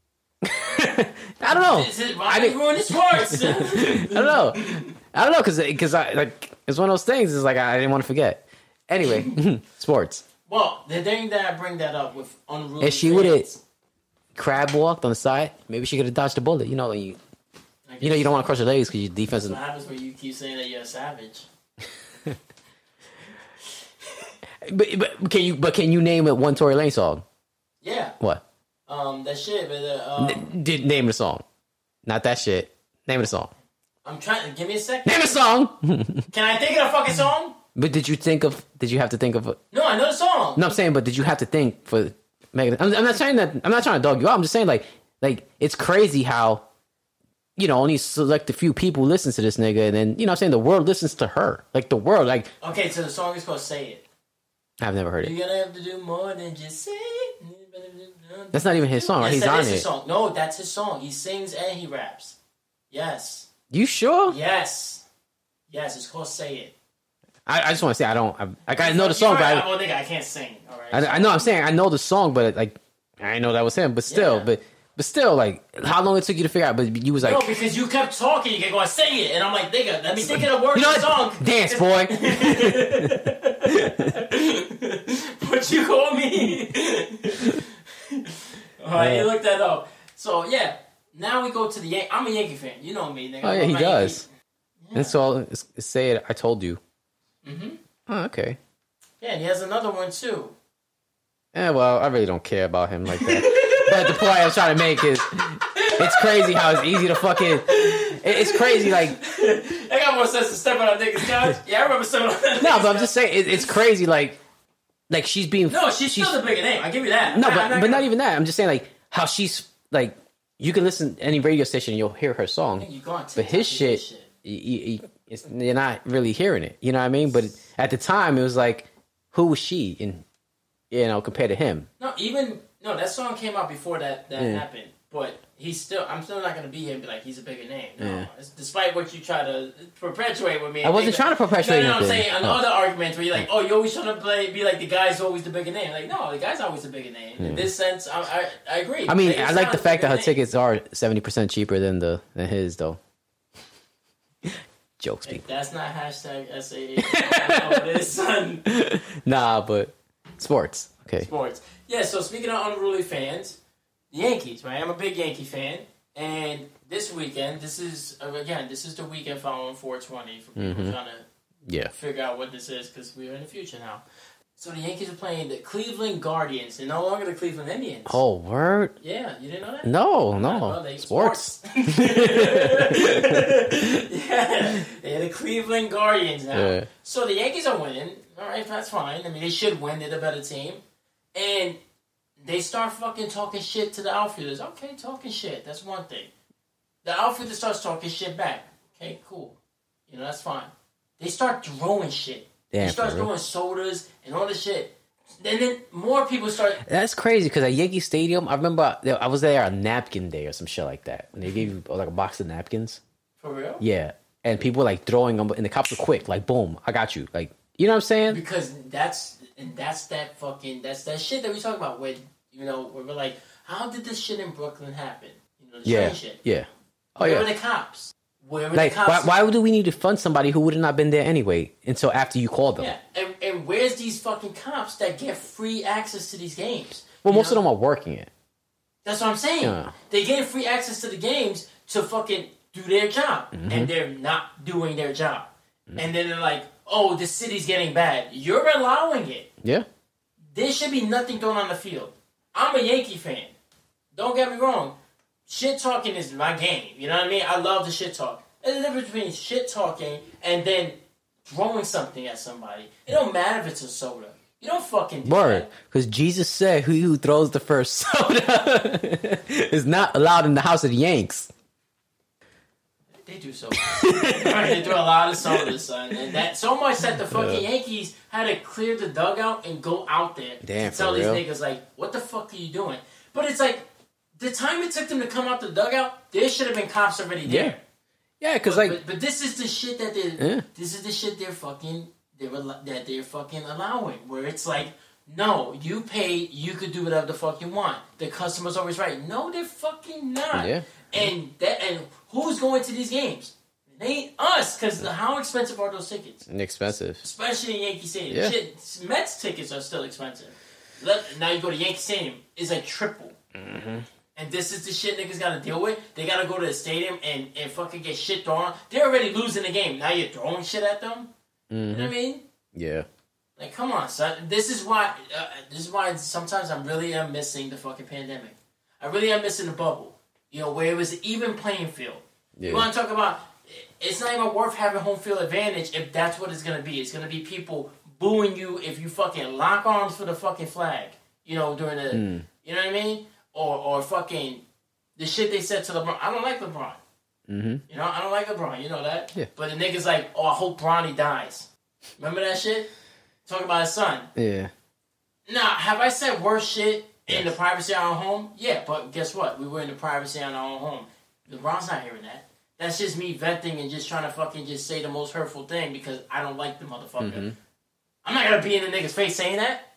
Speaker 2: I don't know.
Speaker 1: Is it, why
Speaker 2: I
Speaker 1: are you
Speaker 2: mean-
Speaker 1: ruining sports?
Speaker 2: I don't know. I don't know because because I like it's one of those things. It's like I didn't want to forget. Anyway, sports.
Speaker 1: well, the thing that I bring that up with unruly.
Speaker 2: If she
Speaker 1: fans,
Speaker 2: would've- Crab walked on the side. Maybe she could have dodged a bullet. You know, like you
Speaker 1: I guess
Speaker 2: you know you don't want to crush your legs because your defense is
Speaker 1: What happens when you keep saying that you're a savage?
Speaker 2: But, but can you but can you name it one Tory Lane song?
Speaker 1: Yeah.
Speaker 2: What?
Speaker 1: Um, that shit. But uh, um,
Speaker 2: Did name the song? Not that shit. Name of the song.
Speaker 1: I'm trying. Give me a second.
Speaker 2: Name a song.
Speaker 1: Can I think of the fucking song?
Speaker 2: but did you think of? Did you have to think of?
Speaker 1: No, I know the song.
Speaker 2: No, I'm saying, but did you have to think for Megan? I'm, I'm not saying that. I'm not trying to dog you out. I'm just saying like like it's crazy how you know only select a few people listen to this nigga, and then you know what I'm saying the world listens to her. Like the world. Like
Speaker 1: Okay, so the song is called "Say It."
Speaker 2: I've never heard it.
Speaker 1: You're gonna have to do more than just say it.
Speaker 2: That's not even his song. Right?
Speaker 1: Yes,
Speaker 2: He's
Speaker 1: that
Speaker 2: on
Speaker 1: is his
Speaker 2: it.
Speaker 1: song. No, that's his song. He sings and he raps. Yes,
Speaker 2: You sure?
Speaker 1: yes, yes. It's called "Say It."
Speaker 2: I, I just want to say I don't. I, like, I know the song,
Speaker 1: You're
Speaker 2: but
Speaker 1: right,
Speaker 2: I,
Speaker 1: I'm one nigga. I can't sing. All right.
Speaker 2: I, I know I'm saying I know the song, but like I didn't know that was him. But still,
Speaker 1: Yeah.
Speaker 2: but but still, like how long it took you to figure out? But you was like,
Speaker 1: no, because you kept talking, you kept going, say it. And I'm like, nigga, let me think of the word
Speaker 2: you know
Speaker 1: of the
Speaker 2: what?
Speaker 1: song.
Speaker 2: Dance, boy.
Speaker 1: What you call me? Alright, you look that up. So yeah, now we go to the Yan- I'm a Yankee fan. You know me, nigga.
Speaker 2: oh yeah,
Speaker 1: I'm
Speaker 2: he
Speaker 1: a
Speaker 2: does.
Speaker 1: Yankee-
Speaker 2: And so I'll s- say it. I told you. Mm-hmm. Oh, okay.
Speaker 1: Yeah, and he has another one too.
Speaker 2: Yeah, Eh, well, I really don't care about him like that. but the point I'm trying to make is, it's crazy how it's easy to fucking. it- It's crazy, like
Speaker 1: I got more sense to step on that nigga's couch. Yeah, I remember stepping on that.
Speaker 2: no,
Speaker 1: nigga's
Speaker 2: but I'm
Speaker 1: couch.
Speaker 2: just saying it, it's crazy, like like she's being
Speaker 1: No, she's, still the bigger name. I give you that.
Speaker 2: No,
Speaker 1: I-
Speaker 2: but,
Speaker 1: I'm
Speaker 2: but not
Speaker 1: gonna-
Speaker 2: even that. I'm just saying like how she's like you can listen to any radio station, you'll hear her song,
Speaker 1: You go on
Speaker 2: but
Speaker 1: TikTok,
Speaker 2: his
Speaker 1: you do
Speaker 2: shit, y- y- y- it's, you're not really hearing it. You know what I mean? But at the time, it was like, who was she? And you know, compared to him,
Speaker 1: No, even no, that song came out before that that happened. But he's still. I'm still not gonna be here and be like he's a bigger name. No,
Speaker 2: Yeah.
Speaker 1: It's- despite what you try to perpetuate with me.
Speaker 2: I
Speaker 1: Think-
Speaker 2: wasn't trying to
Speaker 1: No,
Speaker 2: perpetuate
Speaker 1: no, no I'm
Speaker 2: nothing.
Speaker 1: saying on
Speaker 2: Oh.
Speaker 1: other arguments where you're like, oh, you always trying to play, be like the guy's always the bigger name. Like, no, the guy's always the bigger name. In this sense, I, I, I agree.
Speaker 2: I mean,
Speaker 1: It's
Speaker 2: I
Speaker 1: not
Speaker 2: like the
Speaker 1: a
Speaker 2: fact
Speaker 1: bigger
Speaker 2: that her
Speaker 1: name.
Speaker 2: tickets are seventy percent cheaper than the than his though. Jokes,
Speaker 1: Like,
Speaker 2: people.
Speaker 1: that's not hashtag SAA. I know it is, son.
Speaker 2: Nah, but sports. Okay.
Speaker 1: sports. Yeah, so speaking of unruly fans, Yankees, right? I'm a big Yankee fan. And this weekend, this is, again, this is the weekend following 420 for people
Speaker 2: Mm-hmm.
Speaker 1: trying to
Speaker 2: Yeah.
Speaker 1: figure out what this is because we're in the future now. So the Yankees are playing the Cleveland Guardians and no longer the Cleveland Indians.
Speaker 2: Oh, word.
Speaker 1: Yeah, you didn't know that?
Speaker 2: No,
Speaker 1: Well,
Speaker 2: no.
Speaker 1: they-
Speaker 2: Sports.
Speaker 1: yeah, they're the Cleveland Guardians now.
Speaker 2: Yeah.
Speaker 1: So the Yankees are winning. All right, that's fine. I mean, they should win. They're the better team. And they start fucking talking shit to the outfielders. Okay, talking shit. That's one thing. The outfielder starts talking shit back. Okay, cool. You know, that's fine. They start throwing shit.
Speaker 2: Damn,
Speaker 1: they start
Speaker 2: for real?
Speaker 1: throwing sodas and all this shit. And then more people start.
Speaker 2: That's crazy because at Yankee Stadium, I remember I I was there on Napkin Day or some shit like that, and they gave you like a box of napkins.
Speaker 1: For real?
Speaker 2: Yeah, and people were like throwing them, and the cops were quick, like boom, I got you, like you know what I'm saying?
Speaker 1: because that's and that's that fucking that's that shit that we talk about when you know where we're like, how did this shit in Brooklyn happen? You know, the
Speaker 2: Yeah,
Speaker 1: train shit.
Speaker 2: yeah. Oh
Speaker 1: Where
Speaker 2: yeah.
Speaker 1: were the cops? Where were
Speaker 2: Like,
Speaker 1: the
Speaker 2: why,
Speaker 1: cops?
Speaker 2: why do we need to fund somebody who would have not been there anyway until after you called them?
Speaker 1: Yeah, and, and where's these fucking cops that get free access to these games?
Speaker 2: Well,
Speaker 1: You
Speaker 2: most
Speaker 1: know?
Speaker 2: of them are working it.
Speaker 1: That's what I'm saying.
Speaker 2: Yeah.
Speaker 1: They get free access to the games to fucking do their job,
Speaker 2: Mm-hmm.
Speaker 1: and they're not doing their job. And then they're like, "Oh, the city's getting bad. You're allowing it."
Speaker 2: Yeah.
Speaker 1: There should be nothing going on the field. I'm a Yankee fan. Don't get me wrong. Shit talking is my game. You know what I mean? I love the shit talk. There's a difference between shit talking and then throwing something at somebody. It don't matter if it's a soda. You don't fucking do
Speaker 2: Word.
Speaker 1: that.
Speaker 2: Because Jesus said, "Who who throws the first soda is not allowed in the house of the Yanks."
Speaker 1: They do so. they do a lot of sodas, son. And that so much that the fucking Yankees had to clear the dugout and go out there
Speaker 2: Damn,
Speaker 1: to
Speaker 2: for
Speaker 1: tell these
Speaker 2: real?
Speaker 1: niggas like, "What the fuck are you doing?" But it's like the time it took them to come out the dugout, there should have been cops already there.
Speaker 2: Yeah. Yeah, because like
Speaker 1: but, but this is the shit that they.
Speaker 2: Yeah.
Speaker 1: are This is the shit they're fucking. They're al- that they're fucking allowing. Where it's like, no, you pay. You could do whatever the fuck you want. The customer's always right. No, they're fucking not.
Speaker 2: Yeah.
Speaker 1: And that and who's going to these games? It ain't us. Cause the- how expensive are those tickets?
Speaker 2: expensive.
Speaker 1: Especially in Yankee Stadium.
Speaker 2: Yeah.
Speaker 1: Shit, Mets tickets are still expensive. Let- now you go to Yankee Stadium, it's like triple. And this is the shit niggas gotta deal with. They gotta go to the stadium and, and fucking get shit thrown. They're already losing the game. Now you're throwing shit at them. You know what I mean?
Speaker 2: Yeah.
Speaker 1: Like, come on, son. This is why. Uh, this is why sometimes I'm really am missing the fucking pandemic. I really am missing the bubble. You know, where it was an even playing field.
Speaker 2: Yeah.
Speaker 1: You want to talk about? It's not even worth having home field advantage if that's what it's gonna be. It's gonna be people booing you if you fucking lock arms for the fucking flag. You know, during the.
Speaker 2: Hmm.
Speaker 1: You know what I mean? Or or fucking the shit they said to LeBron. I don't like LeBron.
Speaker 2: Mhm.
Speaker 1: You know, I don't like LeBron. You know that.
Speaker 2: Yeah.
Speaker 1: But the niggas like, oh, I hope Bronny dies. Remember that shit? Talking about his son.
Speaker 2: Yeah.
Speaker 1: Now, have I said worse shit in the privacy of our own home? Yeah, but guess what? We were in the privacy of our own home. LeBron's not hearing that. That's just me venting and just trying to fucking just say the most hurtful thing because I don't like the motherfucker. I'm not gonna be in the nigga's face saying that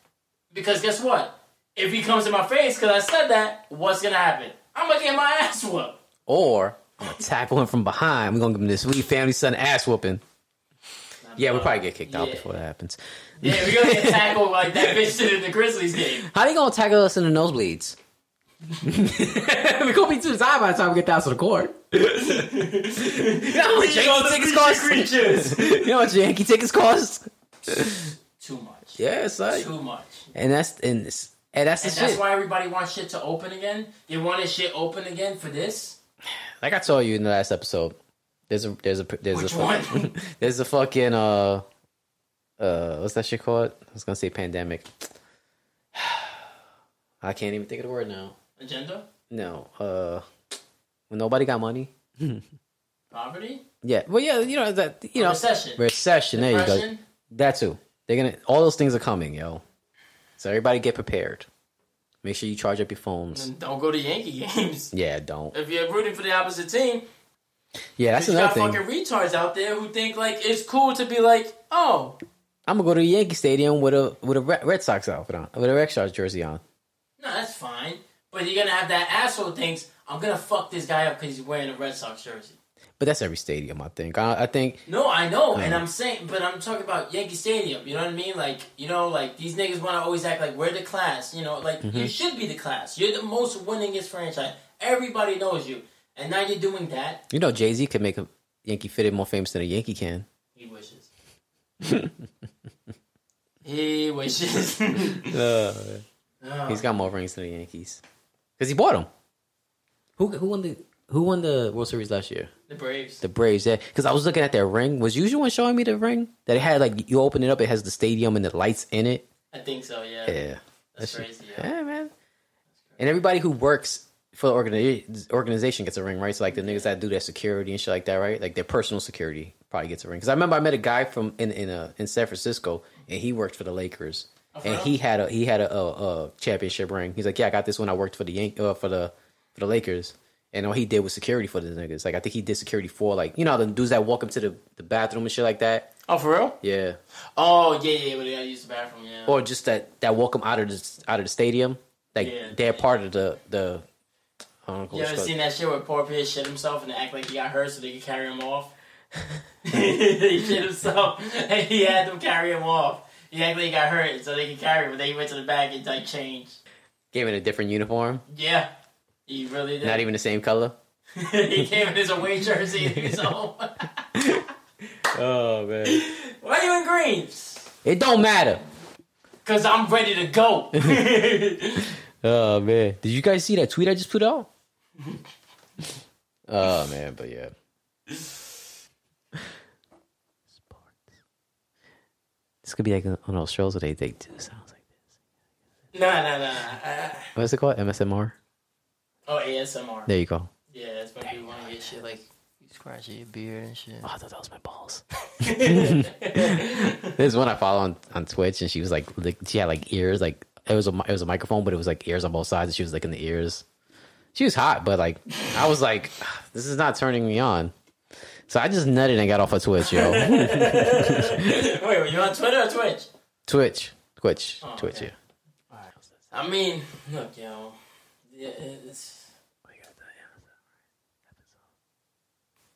Speaker 1: because guess what? If he comes in my face because I said that, what's gonna happen? I'm gonna get my ass whooped.
Speaker 2: Or I'm gonna tackle him from behind. We're gonna give him this wee family son ass whooping. Yeah, we'll probably get kicked out
Speaker 1: Yeah.
Speaker 2: before that happens.
Speaker 1: Yeah, we're gonna get tackled like that bitch did in the Grizzlies game.
Speaker 2: How they gonna tackle us in the nosebleeds? We're gonna be too tired by the time we get down to the court. you know how much
Speaker 1: These are
Speaker 2: Yankee
Speaker 1: the
Speaker 2: tickets
Speaker 1: creature
Speaker 2: cost?
Speaker 1: creatures.
Speaker 2: You know how much Yankee tickets cost?
Speaker 1: Too much.
Speaker 2: Yeah, it's like,
Speaker 1: Too much.
Speaker 2: and that's and, it's, and that's the
Speaker 1: And that's
Speaker 2: shit.
Speaker 1: why everybody wants shit to open again. They wanted shit open again for this.
Speaker 2: like I told you in the last episode, there's a there's a there's
Speaker 1: Which
Speaker 2: a fuck-
Speaker 1: one?
Speaker 2: there's a fucking uh uh what's that shit called? I was gonna say pandemic. I can't even think of the word now.
Speaker 1: Agenda?
Speaker 2: No, uh, when nobody got money.
Speaker 1: Poverty?
Speaker 2: Yeah, well, yeah, you know that you know
Speaker 1: Recession?
Speaker 2: recession. There you go.
Speaker 1: Depression?
Speaker 2: That too. They're gonna all those things are coming, yo. So everybody get prepared. Make sure you charge up your phones.
Speaker 1: And don't go to Yankee games.
Speaker 2: Yeah, don't.
Speaker 1: If you're rooting for the opposite team,
Speaker 2: Yeah, that's
Speaker 1: you got
Speaker 2: another thing.
Speaker 1: fucking retards out there who think like it's cool to be like, oh,
Speaker 2: I'm gonna go to the Yankee Stadium with a with a Re- Red Sox outfit on, with a Red Sox jersey on.
Speaker 1: no, that's fine. But you're gonna have that asshole thinks I'm gonna fuck this guy up because he's wearing a Red Sox jersey.
Speaker 2: But that's every stadium, I think. I, I think
Speaker 1: No, I know, and I'm saying, but I'm talking about Yankee Stadium. You know what I mean? Like, you know, like these niggas want to always act like we're the class. You know, like
Speaker 2: Mm-hmm.
Speaker 1: you should be the class. You're the most winningest franchise. Everybody knows you, and now you're doing that.
Speaker 2: you know Jay Z could make a Yankee fitted more famous than a Yankee can.
Speaker 1: He wishes. he wishes. Oh.
Speaker 2: He's got more rings than the Yankees because he bought them. Who who won the who won the World Series last year?
Speaker 1: the Braves.
Speaker 2: The Braves. Yeah, because I was looking at their ring. Was usual one showing me the ring that it had like you open it up, it has the stadium and the lights in it.
Speaker 1: I think so. Yeah.
Speaker 2: Yeah,
Speaker 1: That's
Speaker 2: shit-
Speaker 1: crazy,
Speaker 2: Yeah,
Speaker 1: yeah.
Speaker 2: man. And everybody who works for the organi- organization gets a ring, right? So like the niggas that do their security and shit like that, right? Like their personal security probably gets a ring. Because I remember I met a guy from in in uh, in San Francisco, and he worked for the Lakers, and
Speaker 1: Oh, real?
Speaker 2: he had a he had a, a, a championship ring. He's like, yeah, I got this when I worked for the Yank uh, for the for the Lakers. And all he did was security for the niggas. Like I think he did security for like you know how the dudes that walk into the, the bathroom and shit like that.
Speaker 1: Oh, for real?
Speaker 2: Yeah,
Speaker 1: Oh, yeah, yeah. But they gotta use the bathroom. Yeah.
Speaker 2: or just that that welcome out of the out of the stadium. Like
Speaker 1: Yeah.
Speaker 2: they're part of the the. I don't know what
Speaker 1: you
Speaker 2: it's
Speaker 1: ever
Speaker 2: called.
Speaker 1: seen that shit where poor Pierce shit himself and they act like he got hurt so they could carry him off? he shit himself and he had them carry him off. He actually got hurt so they could carry him, but then he went to the back and like changed.
Speaker 2: Gave it a different uniform,
Speaker 1: Yeah. He really did.
Speaker 2: not even the same color.
Speaker 1: he came in his away jersey and he was home.
Speaker 2: Oh man,
Speaker 1: Why you in greens?
Speaker 2: it don't matter.
Speaker 1: Cause I'm ready to go.
Speaker 2: Oh man, did you guys see that tweet I just put out? oh man, but yeah. This could be like on those shows where they, they do sounds like this.
Speaker 1: nah, nah, nah. Uh,
Speaker 2: What's it called? MSMR?
Speaker 1: oh, ASMR.
Speaker 2: There you go.
Speaker 1: Yeah, that's when you want to get shit like you scratching your beard and shit.
Speaker 2: Oh, I thought that was my balls. There's one I follow on, on Twitch, and she was like, like, she had like ears, like it was a mi- it was a microphone, but it was like ears on both sides, and she was like in the ears. She was hot, but like I was like, this is not turning me on. So I just nutted and got off of Twitch, yo.
Speaker 1: Wait, were you on Twitter or Twitch?
Speaker 2: Twitch, Twitch,
Speaker 1: Oh,
Speaker 2: Twitch.
Speaker 1: okay.
Speaker 2: Yeah.
Speaker 1: I mean, look, yo. Yeah, it's,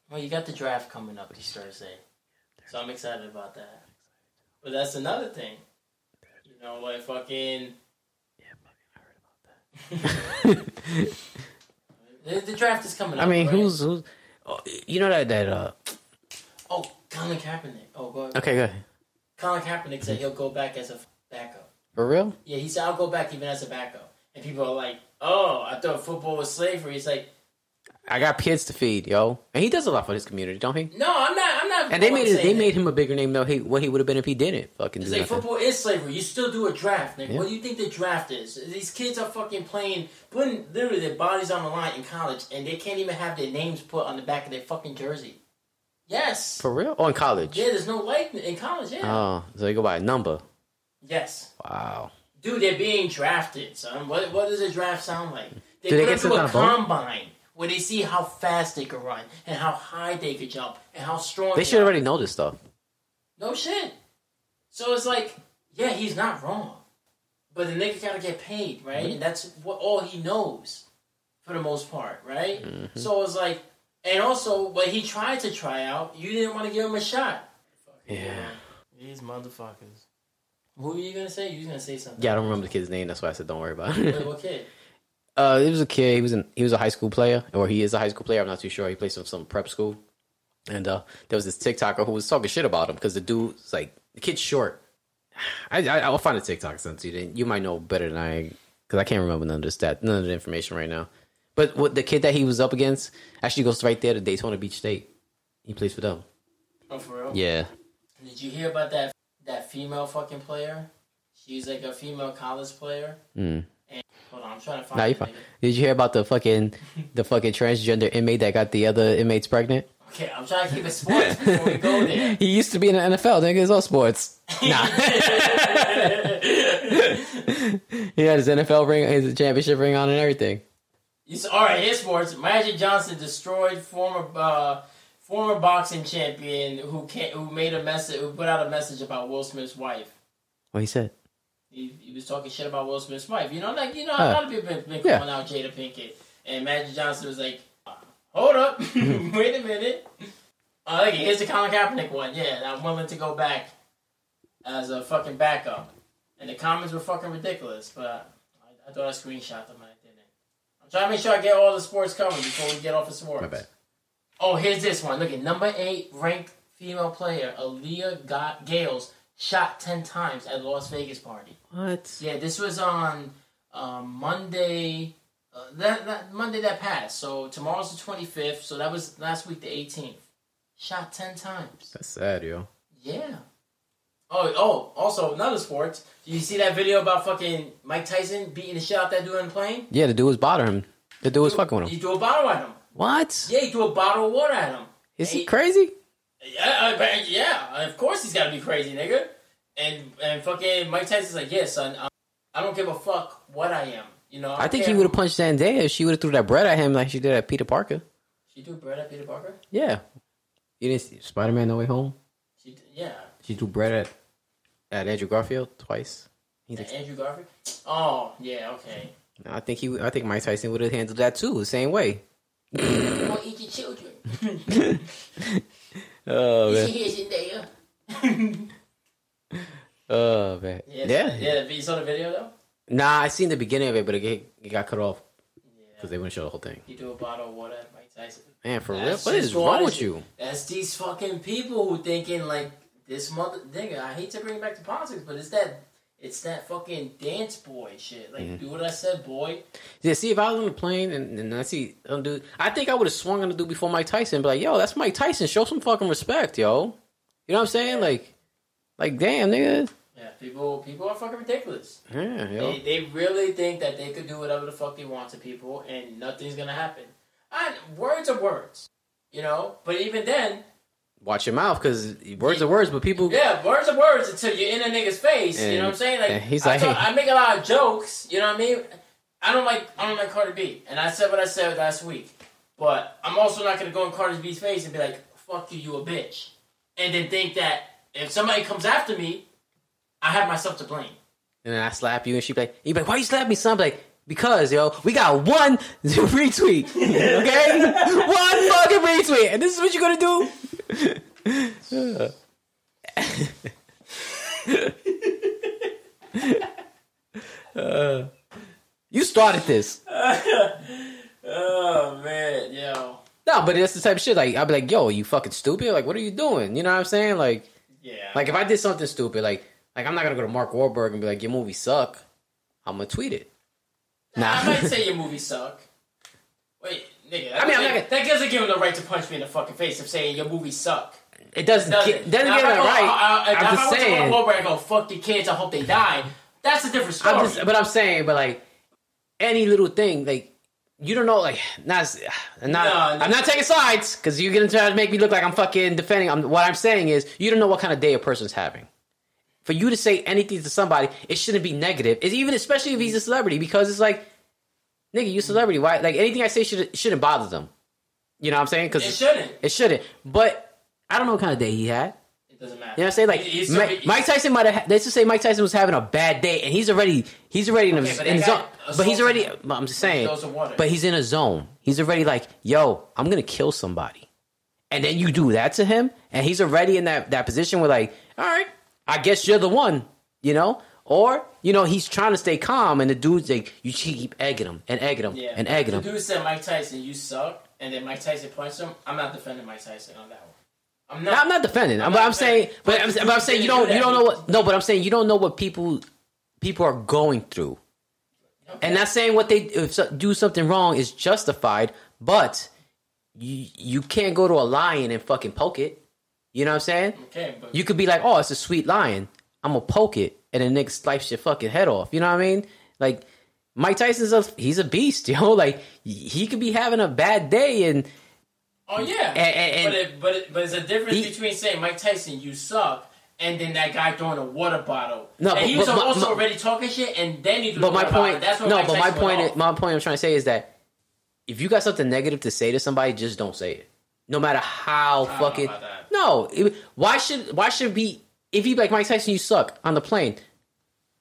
Speaker 1: well, you got the draft coming up this Thursday. So I'm excited about that. But that's another thing. You know, like fucking. The, the draft is coming up.
Speaker 2: I mean,
Speaker 1: right?
Speaker 2: who's who's? Oh, you know that that uh.
Speaker 1: Oh, Colin Kaepernick. Oh, go ahead.
Speaker 2: Okay, go ahead.
Speaker 1: Colin Kaepernick said he'll go back as a f- backup.
Speaker 2: For real?
Speaker 1: Yeah, he said, I'll go back even as a backup. And people are like, oh, I thought football was slavery. He's like,
Speaker 2: I got kids to feed, yo. And he does a lot for his community, don't he?
Speaker 1: no, I'm not. I'm not.
Speaker 2: And they
Speaker 1: I'm
Speaker 2: made it,
Speaker 1: saying
Speaker 2: they
Speaker 1: that.
Speaker 2: made him a bigger name though. He what he would have been if he didn't fucking do
Speaker 1: It's like
Speaker 2: nothing.
Speaker 1: football is slavery. You still do a draft. Like, What do you think the draft is? These kids are fucking playing, putting literally their bodies on the line in college, and they can't even have their names put on the back of their fucking jersey. Yes.
Speaker 2: For real? Oh, in college.
Speaker 1: Yeah, there's no light in- in college. Yeah.
Speaker 2: Oh, so they go by a number.
Speaker 1: yes.
Speaker 2: Wow.
Speaker 1: Dude, they're being drafted, son. What, what does a draft sound like? They
Speaker 2: Do they
Speaker 1: go
Speaker 2: get some
Speaker 1: through a
Speaker 2: kind of vote?
Speaker 1: combine where they see how fast they can run and how high they could jump and how strong
Speaker 2: They should
Speaker 1: are.
Speaker 2: already know this stuff.
Speaker 1: No shit. So it's like, yeah, he's not wrong. But the nigga gotta get paid, right?
Speaker 2: Mm-hmm.
Speaker 1: And that's what all he knows for the most part, right?
Speaker 2: Mm-hmm.
Speaker 1: So it's like and also when he tried to try out, you didn't want to give him a shot.
Speaker 2: Yeah.
Speaker 1: These motherfuckers. Who were you gonna say? You was gonna say something.
Speaker 2: Yeah, I don't remember the kid's name. That's why I said don't worry about
Speaker 1: Wait,
Speaker 2: it.
Speaker 1: what kid?
Speaker 2: uh, it was a kid. He was an, he was a high school player, or he is a high school player. I'm not too sure. He plays some some prep school, and uh, there was this TikToker who was talking shit about him because the dude's like the kid's short. I, I I'll find a TikTok since you didn't. You might know better than I because I can't remember none of the stat, none of the information right now. But what the kid that he was up against actually goes right there to Daytona Beach State. He plays for them.
Speaker 1: Oh for real?
Speaker 2: Yeah.
Speaker 1: Did you hear about that that female fucking player? She's like a female college player.
Speaker 2: Mm.
Speaker 1: And hold on, I'm trying to find
Speaker 2: Nah, you
Speaker 1: the
Speaker 2: fine.
Speaker 1: nigga.
Speaker 2: Did you hear about the fucking the fucking transgender inmate that got the other inmates pregnant?
Speaker 1: Okay, I'm trying to keep it sports before we go there.
Speaker 2: He used to be in the NFL. Nigga, it's all sports. Nah, He had his NFL ring, his championship ring on, and everything.
Speaker 1: It's all right. Here's sports. Magic Johnson destroyed former uh, former boxing champion who can't, who made a message who put out a message about Will Smith's wife.
Speaker 2: What he said?
Speaker 1: He, he was talking shit about Will Smith's wife. You know, like you know, a
Speaker 2: Huh.
Speaker 1: lot of people have been
Speaker 2: Yeah.
Speaker 1: calling out Jada Pinkett, and Magic Johnson was like, "Hold up, wait a minute." Uh, okay, here's the Colin Kaepernick one. Yeah, I'm willing to go back as a fucking backup. And the comments were fucking ridiculous, but I, I thought I screenshot them and I didn't. I'm trying to make sure I get all the sports covered before we get off of sports.
Speaker 2: My bad.
Speaker 1: Oh, here's this one. Look at number eight ranked female player, Aaliyah Ga- Gales, shot 10 times at Las Vegas party.
Speaker 2: What?
Speaker 1: Yeah, this was on um, Monday. Uh, that, that Monday that passed. So tomorrow's the 25th. So that was last week, the 18th. Shot 10 times.
Speaker 2: That's sad, yo.
Speaker 1: Yeah. Oh, oh. Also, another sports. You see that video about fucking Mike Tyson beating the shit out that dude on the plane?
Speaker 2: Yeah, the dude was bothering him. The dude was fucking with
Speaker 1: He
Speaker 2: him.
Speaker 1: threw a bottle at him.
Speaker 2: What?
Speaker 1: Yeah, he threw a bottle of water at him.
Speaker 2: Is
Speaker 1: Hey.
Speaker 2: he crazy?
Speaker 1: Yeah, I, but- yeah. Of course he's got to be crazy, nigga. And and fucking Mike Tyson's like, yeah, son. I- I don't give a fuck what I am. You know.
Speaker 2: I think he would have punched Zendaya if she would have threw that bread at him like she did at Peter Parker.
Speaker 1: She threw bread at Peter Parker.
Speaker 2: Yeah. You didn't see Spider Man No Way Home?
Speaker 1: She d- yeah.
Speaker 2: She threw bread at at Andrew Garfield twice. He's like,
Speaker 1: Andrew Garfield. Oh yeah. Okay.
Speaker 2: I think he, I think Mike Tyson would have handled that too, the same way.
Speaker 1: Go eat your children.
Speaker 2: Oh
Speaker 1: She is in there.
Speaker 2: oh man,
Speaker 1: Yes.
Speaker 2: yeah.
Speaker 1: Yeah. You saw the video though.
Speaker 2: Nah, I seen the beginning of it, but it, get- it got cut off
Speaker 1: Yeah.
Speaker 2: because they wouldn't show the whole thing.
Speaker 1: You do a bottle of water at Mike Tyson.
Speaker 2: Man, for real,
Speaker 1: That's
Speaker 2: what is
Speaker 1: just
Speaker 2: wrong with
Speaker 1: honest-
Speaker 2: you?
Speaker 1: That's these fucking people who thinking like this mother nigga. I hate to bring it back to politics, but it's that it's that fucking dance boy shit. Like
Speaker 2: Mm-hmm.
Speaker 1: do what I said, boy.
Speaker 2: Yeah, see, if I was on the plane and, and I see some dude, I think I would have swung on the dude before Mike Tyson. and Be like, yo, that's Mike Tyson. Show some fucking respect, yo. You know what I'm saying? Like, like, damn, nigga.
Speaker 1: Yeah, people people are fucking ridiculous.
Speaker 2: Yeah, yo.
Speaker 1: They, they really think that they could do whatever the fuck they want to people and nothing's gonna happen. And words are words, you know. But even then,
Speaker 2: Watch your mouth, because words are words, but people.
Speaker 1: Yeah, words are words until you're in a nigga's face. you know what I'm saying? Like,
Speaker 2: And he's
Speaker 1: I,
Speaker 2: like-
Speaker 1: talk- I make a lot of jokes. You know what I mean? I don't like I don't like Cardi B, and I said what I said last week. But I'm also not gonna go in Cardi B's face and be like, "Fuck you, you a bitch," and then think that if somebody comes after me, I have myself to blame.
Speaker 2: And then I slap you, and she be like, you be like, why you slap me, son? I be like, because yo, we got one retweet, okay? one fucking retweet, and this is what you're gonna do. Uh, you started this.
Speaker 1: Oh man, yo,
Speaker 2: No, but that's the type of shit. Like I'd be like, "Yo, you fucking stupid! Like, what are you doing?" You know what I'm saying? Like,
Speaker 1: yeah,
Speaker 2: like if I did something stupid, like, like I'm not gonna go to Mark Wahlberg and be like, "Your movie suck." I'm gonna tweet it.
Speaker 1: I might say your movies suck. Wait, nigga.
Speaker 2: I mean, I'm not gonna-
Speaker 1: that doesn't give him the right to punch me in the fucking face of saying your movies suck.
Speaker 2: It doesn't
Speaker 1: does
Speaker 2: get, doesn't get that right.
Speaker 1: I, I,
Speaker 2: I'm
Speaker 1: if
Speaker 2: just
Speaker 1: I went to Mark
Speaker 2: saying.
Speaker 1: Wahlberg and go, fuck your kids, I hope they die. That's a different story.
Speaker 2: I'm just, but I'm saying, but like any little thing, like you don't know, like not, I'm not,
Speaker 1: No, no.
Speaker 2: I'm not taking sides because you're gonna try to make me look like I'm fucking defending. I'm, what I'm saying is, you don't know what kind of day a person's having. For you to say anything to somebody, it shouldn't be negative. It's even, especially if he's a celebrity, because it's like, nigga, you a celebrity. Why? Like anything I say should shouldn't bother them. You know what I'm saying?
Speaker 1: it
Speaker 2: Because
Speaker 1: shouldn't.
Speaker 2: it shouldn't. But I don't know what kind of day he had.
Speaker 1: It doesn't matter.
Speaker 2: You know what I'm saying? Like
Speaker 1: He- he's
Speaker 2: Ma-
Speaker 1: so-
Speaker 2: Mike Tyson might have. Let's just say Mike Tyson was having a bad day, and he's already he's already in a,
Speaker 1: but
Speaker 2: in
Speaker 1: that
Speaker 2: his zone.
Speaker 1: guy
Speaker 2: But he's already.
Speaker 1: assaulted
Speaker 2: but I'm just saying.
Speaker 1: Those are water.
Speaker 2: But he's in a zone. He's already like, yo, I'm gonna kill somebody, and then you do that to him, and he's already in that that position where like, all right, I guess you're the one, you know. Or you know he's trying to stay calm, and the dude's like, you keep egging him and egging him
Speaker 1: Yeah.
Speaker 2: and egging
Speaker 1: The
Speaker 2: him.
Speaker 1: dude said, Mike Tyson, you suck. And then Mike Tyson punched him. I'm not defending Mike Tyson on that one. I'm not.
Speaker 2: No, I'm not defending. I'm, but
Speaker 1: not
Speaker 2: I'm saying,
Speaker 1: defending.
Speaker 2: but
Speaker 1: But
Speaker 2: I'm,
Speaker 1: you
Speaker 2: but I'm saying you
Speaker 1: didn't
Speaker 2: don't
Speaker 1: do
Speaker 2: you don't
Speaker 1: that.
Speaker 2: know what no, but I'm saying you don't know what people people are going through, and not saying what they if so, do something wrong is justified, but you you can't go to a lion and fucking poke it. You know what I'm saying?
Speaker 1: okay, but
Speaker 2: You could be like, oh, it's a sweet lion. I'm gonna poke it, and the nigga slice your fucking head off. You know what I mean? Like Mike Tyson's a he's a beast, yo. Like he could be having a bad day and.
Speaker 1: oh yeah,
Speaker 2: and- and-
Speaker 1: but it, but it, but it's a difference
Speaker 2: He-
Speaker 1: between saying Mike Tyson, you suck, and then that guy throwing a water bottle.
Speaker 2: No,
Speaker 1: and
Speaker 2: but-
Speaker 1: he was
Speaker 2: but my-
Speaker 1: also
Speaker 2: my-
Speaker 1: already talking shit, and then he. threw
Speaker 2: But
Speaker 1: the
Speaker 2: my
Speaker 1: water bottle.
Speaker 2: point,
Speaker 1: That's what
Speaker 2: no. But my
Speaker 1: Tyson
Speaker 2: point,
Speaker 1: went
Speaker 2: is, my point I'm trying to say is that if you got something negative to say to somebody, just don't say it. No matter how
Speaker 1: don't know
Speaker 2: fucking
Speaker 1: about that.
Speaker 2: no. it- why should why should it be if you like Mike Tyson, you suck on the plane.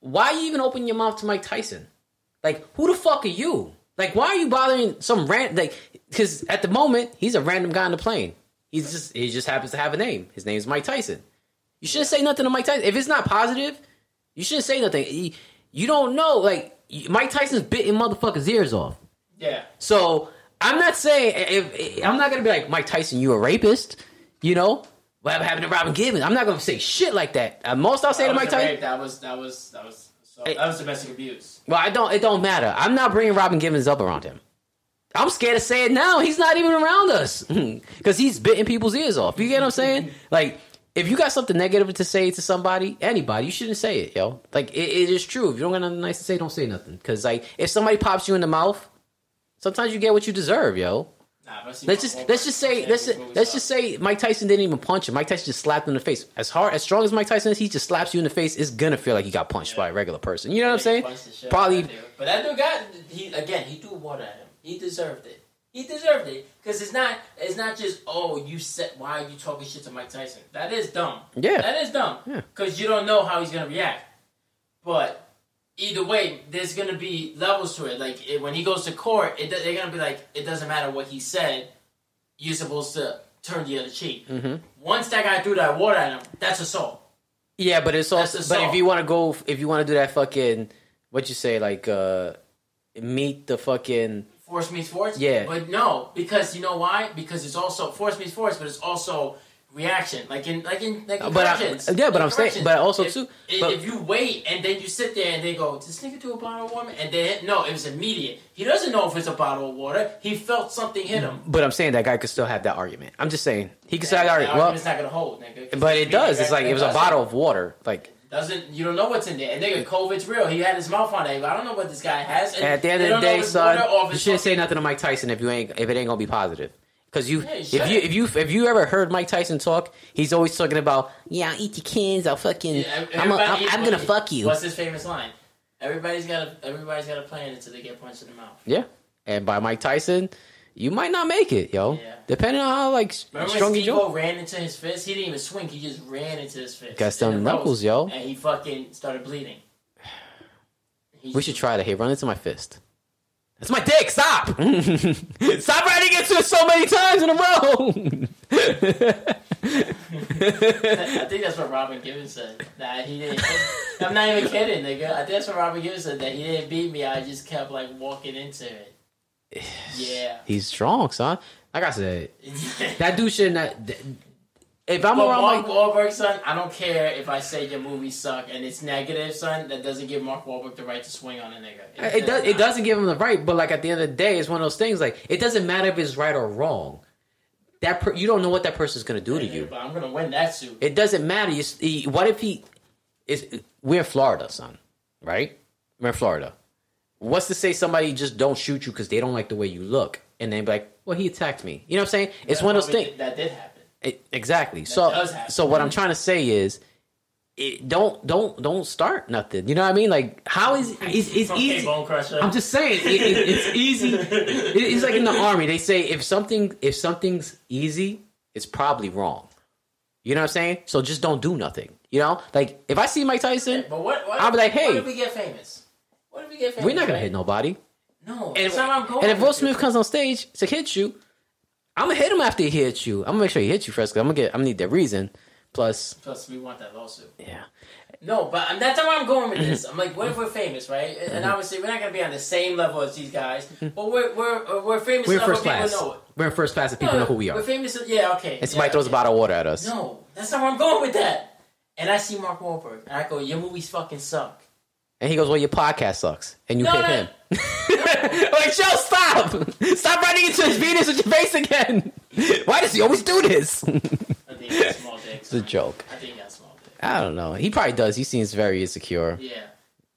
Speaker 2: Why you even open your mouth to Mike Tyson? Like who the fuck are you? Like why are you bothering some random? Like because at the moment he's a random guy on the plane. He's just he just happens to have a name. His name is Mike Tyson. You shouldn't say nothing to Mike Tyson. If it's not positive, you shouldn't say nothing. You- You don't know. Like you- Mike Tyson's bitten motherfuckers' ears off.
Speaker 1: yeah,
Speaker 2: So I'm not saying if I'm not gonna be like Mike Tyson, you a rapist. You know what happened to Robin Gibbons? I'm not gonna say shit like that. At most I'll say
Speaker 1: that
Speaker 2: to
Speaker 1: was
Speaker 2: Mike
Speaker 1: a
Speaker 2: Tyson,
Speaker 1: rape. That was that was that was so,
Speaker 2: Hey.
Speaker 1: that was domestic abuse.
Speaker 2: well, I don't. It don't matter. I'm not bringing Robin Gibbons up around him. I'm scared to say it now. He's not even around us because he's bitten people's ears off. You get what I'm saying? Like, if you got something negative to say to somebody, anybody, you shouldn't say it, yo. Like, it, it is true. If you don't got nothing nice to say, don't say nothing. Because like, if somebody pops you in the mouth, sometimes you get what you deserve, yo.
Speaker 1: Nah, but I see
Speaker 2: Let's
Speaker 1: my
Speaker 2: just
Speaker 1: own
Speaker 2: let's just
Speaker 1: person
Speaker 2: say
Speaker 1: saying this
Speaker 2: let's just,
Speaker 1: movie's
Speaker 2: let's
Speaker 1: up.
Speaker 2: just say Mike Tyson didn't even punch him. Mike Tyson just slapped him in the face. As hard as strong as Mike Tyson is, he just slaps you in the face. It's gonna feel like you got punched by a regular person. You know what I'm
Speaker 1: Like,
Speaker 2: saying?
Speaker 1: he punched the shit out of
Speaker 2: Probably
Speaker 1: that dude. But that dude got he again. He threw water at him. He deserved it. He deserved it because it's not it's not just oh you said why are you talking shit to Mike Tyson? That is dumb.
Speaker 2: Yeah.
Speaker 1: that is dumb.
Speaker 2: Yeah.
Speaker 1: because you don't know how he's gonna react. But either way, there's gonna be levels to it. Like it, when he goes to court, it, do- they're gonna be like it doesn't matter what he said. You're supposed to turn the other cheek.
Speaker 2: Mm-hmm.
Speaker 1: Once that guy threw that water at him, that's assault.
Speaker 2: Yeah, but it's also.
Speaker 1: That's
Speaker 2: But
Speaker 1: assault.
Speaker 2: if you want to go, if you want to do that fucking, what you say, like, uh meet the fucking.
Speaker 1: force meets force.
Speaker 2: Yeah.
Speaker 1: But no, because you know why? Because it's also force meets force, but it's also reaction. Like in like in like in
Speaker 2: But I-
Speaker 1: corrections.
Speaker 2: yeah, but
Speaker 1: In
Speaker 2: I'm saying-
Speaker 1: corrections.
Speaker 2: but also
Speaker 1: if,
Speaker 2: too-
Speaker 1: if,
Speaker 2: but-
Speaker 1: if you wait and then you sit there and they go, "Does this nigga do a bottle of water?" and then no, it was immediate. He doesn't know if it's a bottle of water. He felt something hit him.
Speaker 2: But I'm saying that guy could still have that argument. I'm just saying he could still have
Speaker 1: And
Speaker 2: that
Speaker 1: the
Speaker 2: argument. Well,
Speaker 1: argument's not gonna hold, nigga. 'cause
Speaker 2: but
Speaker 1: it's
Speaker 2: it does.
Speaker 1: immediate,
Speaker 2: It's like
Speaker 1: right?
Speaker 2: it was a
Speaker 1: doesn't-
Speaker 2: bottle of water. Like
Speaker 1: Doesn't you don't know what's in there? And nigga, COVID's real. He had his mouth on it. but I don't know what this guy has. And
Speaker 2: at the end
Speaker 1: they
Speaker 2: of the
Speaker 1: don't know if
Speaker 2: day,
Speaker 1: it's water or if
Speaker 2: son, you
Speaker 1: it's
Speaker 2: shouldn't say
Speaker 1: fucking-
Speaker 2: nothing to Mike Tyson if you ain't if it ain't gonna be positive. Because you,
Speaker 1: Yeah, you
Speaker 2: if you,
Speaker 1: shouldn't.
Speaker 2: if you, if you ever heard Mike Tyson talk, he's always talking about, yeah, I'll eat your kids, I'll fucking,
Speaker 1: Yeah,
Speaker 2: I'm, a,
Speaker 1: everybody
Speaker 2: I'm,
Speaker 1: eats
Speaker 2: I'm gonna
Speaker 1: pussy.
Speaker 2: fuck you.
Speaker 1: What's his famous line? Everybody's got a everybody's got a plan until they get punched in the mouth.
Speaker 2: Yeah. And by Mike Tyson, you might not make it, yo.
Speaker 1: Yeah.
Speaker 2: Depending on how like
Speaker 1: Remember
Speaker 2: strong
Speaker 1: when
Speaker 2: you
Speaker 1: Steve-O
Speaker 2: are.
Speaker 1: ran into his fist? He didn't even swing. He just ran into his fist.
Speaker 2: Got some
Speaker 1: In the
Speaker 2: knuckles,
Speaker 1: post.
Speaker 2: yo.
Speaker 1: And he fucking started bleeding. He-
Speaker 2: We should try that. Hey, run into my fist. That's my dick. Stop. Stop running into it so many times in a row.
Speaker 1: I think that's what Robin Gibbons said. Nah, he didn't. I'm not even kidding, nigga. I think that's what Robin Gibbons said. That he didn't beat me. I just kept like walking into it. Yeah.
Speaker 2: He's strong, son. Like I said, that dude should not. th- If I'm
Speaker 1: But
Speaker 2: around
Speaker 1: Mark
Speaker 2: Mike,
Speaker 1: Wahlberg, son, I don't care if I say your movies suck and it's negative, son. That doesn't give Mark Wahlberg the right to swing on a nigga.
Speaker 2: Uh, it does. It doesn't give him the right. But like at the end of the day, it's one of those things. Like it doesn't matter if it's right or wrong. That per- you don't know what that person's gonna do to
Speaker 1: Nigga,
Speaker 2: you.
Speaker 1: But I'm gonna win that suit.
Speaker 2: It doesn't matter. You, s- he, what if he is? We're in Florida, son. Right? We're in Florida. What's to say somebody just don't shoot you because they don't like the way you look, and then be like, "Well, he attacked me." You know what I'm saying? It's
Speaker 1: That
Speaker 2: one of those
Speaker 1: probably
Speaker 2: things.
Speaker 1: did- that did happen.
Speaker 2: It- exactly. So,
Speaker 1: does happen.
Speaker 2: so what I'm trying to say is, it, don't don't don't start nothing. You know what I mean? Like, how is it's, it's
Speaker 1: Okay,
Speaker 2: easy?
Speaker 1: Bone Crusher.
Speaker 2: I'm just saying it, it, it's easy. It- it's like in the army, they say if something if something's easy, it's probably wrong. You know what I'm saying? So just don't do nothing. You know, like if I see Mike Tyson,
Speaker 1: But what? what
Speaker 2: I'll be like, hey.
Speaker 1: what if we get famous? What if we get famous?
Speaker 2: we're not gonna
Speaker 1: right?
Speaker 2: hit nobody.
Speaker 1: No,
Speaker 2: And,
Speaker 1: that's not where I'm going.
Speaker 2: and if Will
Speaker 1: with
Speaker 2: Smith
Speaker 1: it.
Speaker 2: comes on stage to hit you, I'm gonna hit him after he hits you. I'm gonna make sure he hits you first. Cause I'm gonna get. I'm gonna need that reason. Plus,
Speaker 1: plus we want that lawsuit.
Speaker 2: yeah,
Speaker 1: No, but I'm, that's not where I'm going with this. I'm like, what if we're famous, right? And
Speaker 2: Mm-hmm.
Speaker 1: obviously, we're not gonna be on the same level as these guys, but we're we're we're famous
Speaker 2: we're in
Speaker 1: enough
Speaker 2: first
Speaker 1: where
Speaker 2: class.
Speaker 1: people know it.
Speaker 2: We're in first class, and people know who we
Speaker 1: We're
Speaker 2: are.
Speaker 1: famous. Yeah, okay.
Speaker 2: And somebody
Speaker 1: yeah,
Speaker 2: throws a
Speaker 1: okay.
Speaker 2: bottle of water at us.
Speaker 1: No, that's not where I'm going with that. And I see Mark Wahlberg, and I go, your movies fucking suck.
Speaker 2: And he goes, "Well, your podcast sucks," and you
Speaker 1: No,
Speaker 2: hit
Speaker 1: no.
Speaker 2: him. like, yo, stop! Stop running into his penis with your face again. Why does he always do this? it's
Speaker 1: I think he got small dicks.
Speaker 2: a joke.
Speaker 1: I think he got small dicks.
Speaker 2: I don't know. He probably does. He seems very insecure.
Speaker 1: Yeah.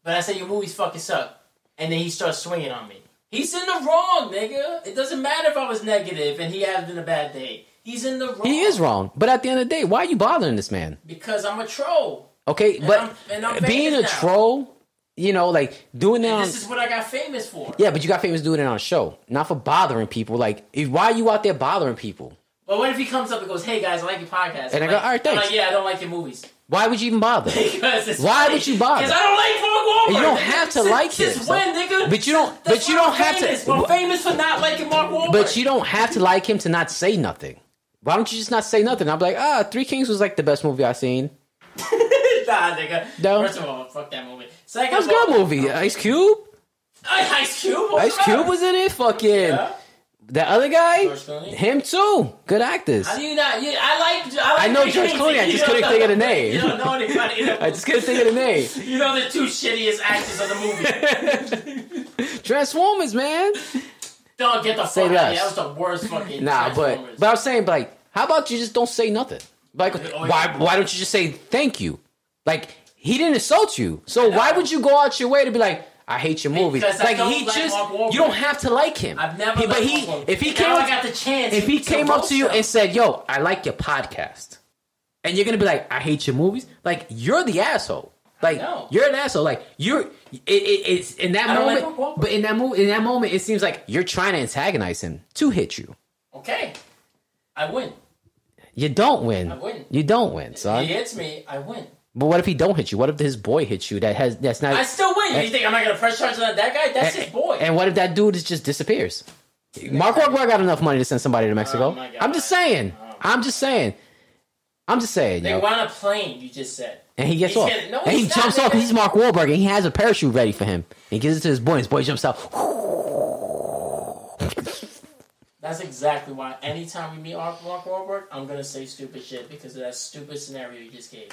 Speaker 1: But I said your movies fucking suck. And then he starts swinging on me. He's in the wrong, nigga. It doesn't matter if I was negative and he having a bad day. He He's in the wrong.
Speaker 2: He is wrong. But at the end of the day, why are you bothering this man?
Speaker 1: because I'm a troll.
Speaker 2: Okay, but
Speaker 1: I'm- and I'm
Speaker 2: being
Speaker 1: famous
Speaker 2: a
Speaker 1: now.
Speaker 2: troll, you know, like doing that on
Speaker 1: This is what I got famous for.
Speaker 2: Um, Yeah, but you got famous doing it on a show, not for bothering people. Like, if, why are you out there bothering people?
Speaker 1: But what if he comes up and goes, "Hey guys, I like your podcast,"
Speaker 2: And
Speaker 1: I'm
Speaker 2: I go,
Speaker 1: like-
Speaker 2: "All right,
Speaker 1: I'm
Speaker 2: thanks."
Speaker 1: like, yeah, I don't like your movies.
Speaker 2: Why would you even bother?
Speaker 1: Because it's
Speaker 2: Why would you bother?
Speaker 1: Because I don't like Mark Wahlberg.
Speaker 2: And you don't
Speaker 1: nigga.
Speaker 2: have to
Speaker 1: Since-
Speaker 2: like
Speaker 1: since
Speaker 2: him, so-
Speaker 1: when, nigga?
Speaker 2: But you don't-
Speaker 1: That's
Speaker 2: but you
Speaker 1: why
Speaker 2: don't
Speaker 1: I'm
Speaker 2: have to-
Speaker 1: famous. I'm famous for not liking Mark Wahlberg.
Speaker 2: But you don't have to like him to not say nothing. Why don't you just not say nothing? I'm like, ah, Three Kings was like the best movie I've seen.
Speaker 1: nah, nigga.
Speaker 2: No.
Speaker 1: First of all, fuck that movie. Second
Speaker 2: That was a
Speaker 1: of all,
Speaker 2: good movie. Ice Cube,
Speaker 1: Ice Cube.
Speaker 2: Ice Cube was in it. Fucking
Speaker 1: Yeah.
Speaker 2: that other guy,
Speaker 1: George Clooney?
Speaker 2: him too. Good actors.
Speaker 1: How do you not? You, I like. I, like
Speaker 2: I know
Speaker 1: Big
Speaker 2: George
Speaker 1: King.
Speaker 2: Clooney, I
Speaker 1: You
Speaker 2: just
Speaker 1: don't
Speaker 2: couldn't
Speaker 1: know-
Speaker 2: think of the name.
Speaker 1: You don't know anybody.
Speaker 2: I just couldn't think of the name.
Speaker 1: You know the two shittiest actors of the movie.
Speaker 2: Transformers, man.
Speaker 1: Don't get the fuck
Speaker 2: Say
Speaker 1: out of
Speaker 2: less.
Speaker 1: here. That was the worst fucking.
Speaker 2: Nah, but
Speaker 1: Transformers.
Speaker 2: but I'm saying like, how about you just don't say nothing? Like,
Speaker 1: Oh, yeah.
Speaker 2: why why don't you just say thank you? Like he didn't insult you, so why would you go out your way to be like, I hate your movie?
Speaker 1: Because I
Speaker 2: like
Speaker 1: don't
Speaker 2: he
Speaker 1: like
Speaker 2: just
Speaker 1: Mark Wahlberg.
Speaker 2: you don't have to like him.
Speaker 1: I've never.
Speaker 2: He- but
Speaker 1: liked
Speaker 2: he
Speaker 1: Mark Wahlberg.
Speaker 2: if he
Speaker 1: Now
Speaker 2: came
Speaker 1: I
Speaker 2: up
Speaker 1: got the chance.
Speaker 2: if he
Speaker 1: to
Speaker 2: came up to you
Speaker 1: roast him.
Speaker 2: and said, "Yo, I like your podcast," and you're gonna be like, "I hate your movies," like you're the asshole. Like
Speaker 1: know.
Speaker 2: you're an asshole. Like you're it, it, it's in that
Speaker 1: I don't like
Speaker 2: moment.
Speaker 1: Mark Wahlberg.
Speaker 2: but in that mo- in that moment, it seems like you're trying to antagonize him to hit you.
Speaker 1: okay, I win.
Speaker 2: You don't win.
Speaker 1: wouldn't.
Speaker 2: You don't win, son.
Speaker 1: He hits me. I win.
Speaker 2: But what if he don't hit you? What if his boy hits you? That has that's not.
Speaker 1: I still win. You think I'm not gonna press charge on that guy? That's his boy.
Speaker 2: And what if that dude is just disappears? Mark Wahlberg got enough money to send somebody to Mexico.
Speaker 1: Oh my God.
Speaker 2: I'm just saying. I'm just saying. I'm just saying,
Speaker 1: they
Speaker 2: yo.
Speaker 1: want a plane. You just said.
Speaker 2: And he gets
Speaker 1: He's
Speaker 2: off.
Speaker 1: gonna- no,
Speaker 2: and he
Speaker 1: he's not,
Speaker 2: jumps off
Speaker 1: nigga.
Speaker 2: because he's Mark Wahlberg and he has a parachute ready for him. He gives it to his boy and his boy jumps out.
Speaker 1: That's exactly why. Anytime we meet Mark Mark Wahlberg, I'm gonna say stupid shit because of that stupid scenario you just gave.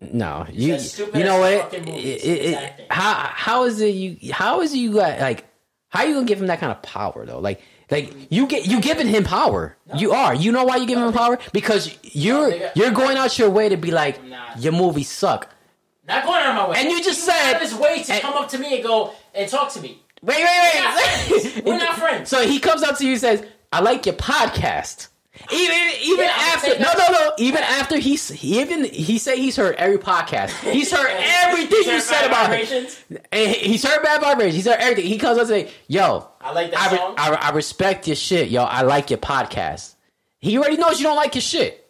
Speaker 2: No, you
Speaker 1: as stupid
Speaker 2: you
Speaker 1: as
Speaker 2: know what?
Speaker 1: fucking
Speaker 2: It,
Speaker 1: movies.
Speaker 2: it- it-
Speaker 1: Exactly.
Speaker 2: how how is it you? How is it you got like? How you gonna give him that kind of power though? Like like you get you giving him power. You are. You know why you giving him power? Because you're
Speaker 1: nigga.
Speaker 2: you're going out your way to be like
Speaker 1: I'm not.
Speaker 2: your movies suck.
Speaker 1: Not going out of my way.
Speaker 2: And you just
Speaker 1: He went out
Speaker 2: said-
Speaker 1: of his way to
Speaker 2: and-
Speaker 1: come up to me and go and talk to me.
Speaker 2: Wait wait
Speaker 1: We're not
Speaker 2: wait.
Speaker 1: friends. We're not friends.
Speaker 2: So he comes up to you and says, "I like your podcast." Even even
Speaker 1: Yeah, I'm
Speaker 2: after
Speaker 1: saying
Speaker 2: no
Speaker 1: that-
Speaker 2: no no even after he's he even he say he's heard every podcast he's heard everything you
Speaker 1: Certified
Speaker 2: said about him.
Speaker 1: vibrations.
Speaker 2: And he- he's heard bad vibrations. He's heard everything. He comes up and say, "Yo,
Speaker 1: I like that
Speaker 2: I, re-
Speaker 1: song.
Speaker 2: I, I respect your shit, yo. I like your podcast." He already knows you don't like his shit.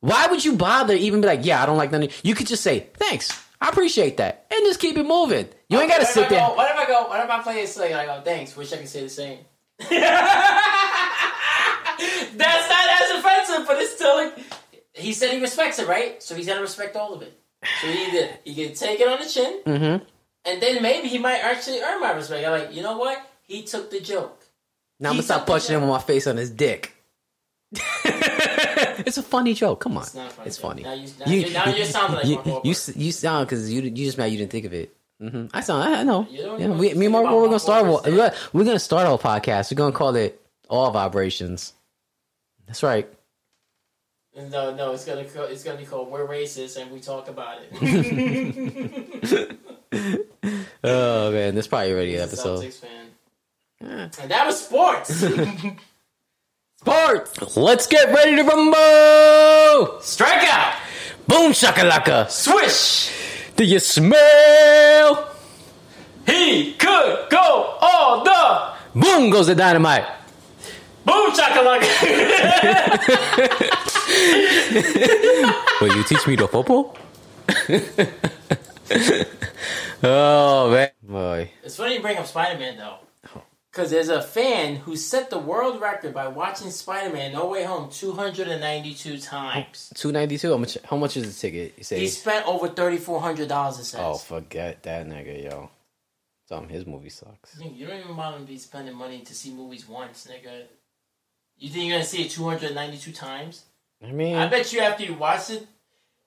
Speaker 2: Why would you bother even be like, "Yeah, I don't like nothing." You could just say, "Thanks, I appreciate that," and just keep it moving. You ain't gotta
Speaker 1: What if
Speaker 2: sit
Speaker 1: I go-
Speaker 2: there.
Speaker 1: What if I go? What if I play a sling? And I go, thanks. Wish I could say the same. That's not as offensive, but it's still like he said he respects it, right? So he's gotta respect all of it. So he either he can take it on the chin,
Speaker 2: Mm-hmm.
Speaker 1: and then maybe he might actually earn my respect. I'm like, you know what? He took the joke.
Speaker 2: Now I'm gonna
Speaker 1: He's
Speaker 2: stop
Speaker 1: not the
Speaker 2: punching him
Speaker 1: joke.
Speaker 2: with my face on his dick. it's a funny joke. Come on, it's,
Speaker 1: It's not funny.
Speaker 2: funny.
Speaker 1: Now you now, you, now you sound like
Speaker 2: you,
Speaker 1: Mark Wahlberg.
Speaker 2: you, s- you sound because you you just mad you didn't think of it. hmm I sound I, I know.
Speaker 1: You don't
Speaker 2: Yeah,
Speaker 1: even
Speaker 2: we, me and Mark,
Speaker 1: think about
Speaker 2: we're gonna
Speaker 1: Mark
Speaker 2: start.
Speaker 1: Wahlberg's
Speaker 2: We're,
Speaker 1: name.
Speaker 2: we're gonna start our podcast. We're gonna call it All Vibrations. That's right.
Speaker 1: No, no, it's gonna co- it's gonna be called "We're Racist" and we talk about it.
Speaker 2: Oh man, that's probably already an episode.
Speaker 1: Celtics fan. And that was sports.
Speaker 2: Sports. Let's get ready to rumble.
Speaker 1: Strikeout.
Speaker 2: Boom shakalaka.
Speaker 1: Swish.
Speaker 2: Do you smell?
Speaker 1: He could go all the
Speaker 2: Boom goes the dynamite.
Speaker 1: boom chakalaka.
Speaker 2: Will you teach me the football? oh man, boy.
Speaker 1: it's funny you bring up Spider Man though. Because there's a fan who set the world record by watching Spider Man No Way Home 292 times.
Speaker 2: Two ninety two. How much? How much is the ticket? You say?
Speaker 1: He spent over $3,400 it says.
Speaker 2: oh, forget that nigga, yo. Dumb. His movie sucks.
Speaker 1: Nigga, You don't even want to be spending money to see movies once, nigga. You think you're gonna see it 292 times?
Speaker 2: I mean,
Speaker 1: I bet you after you watch it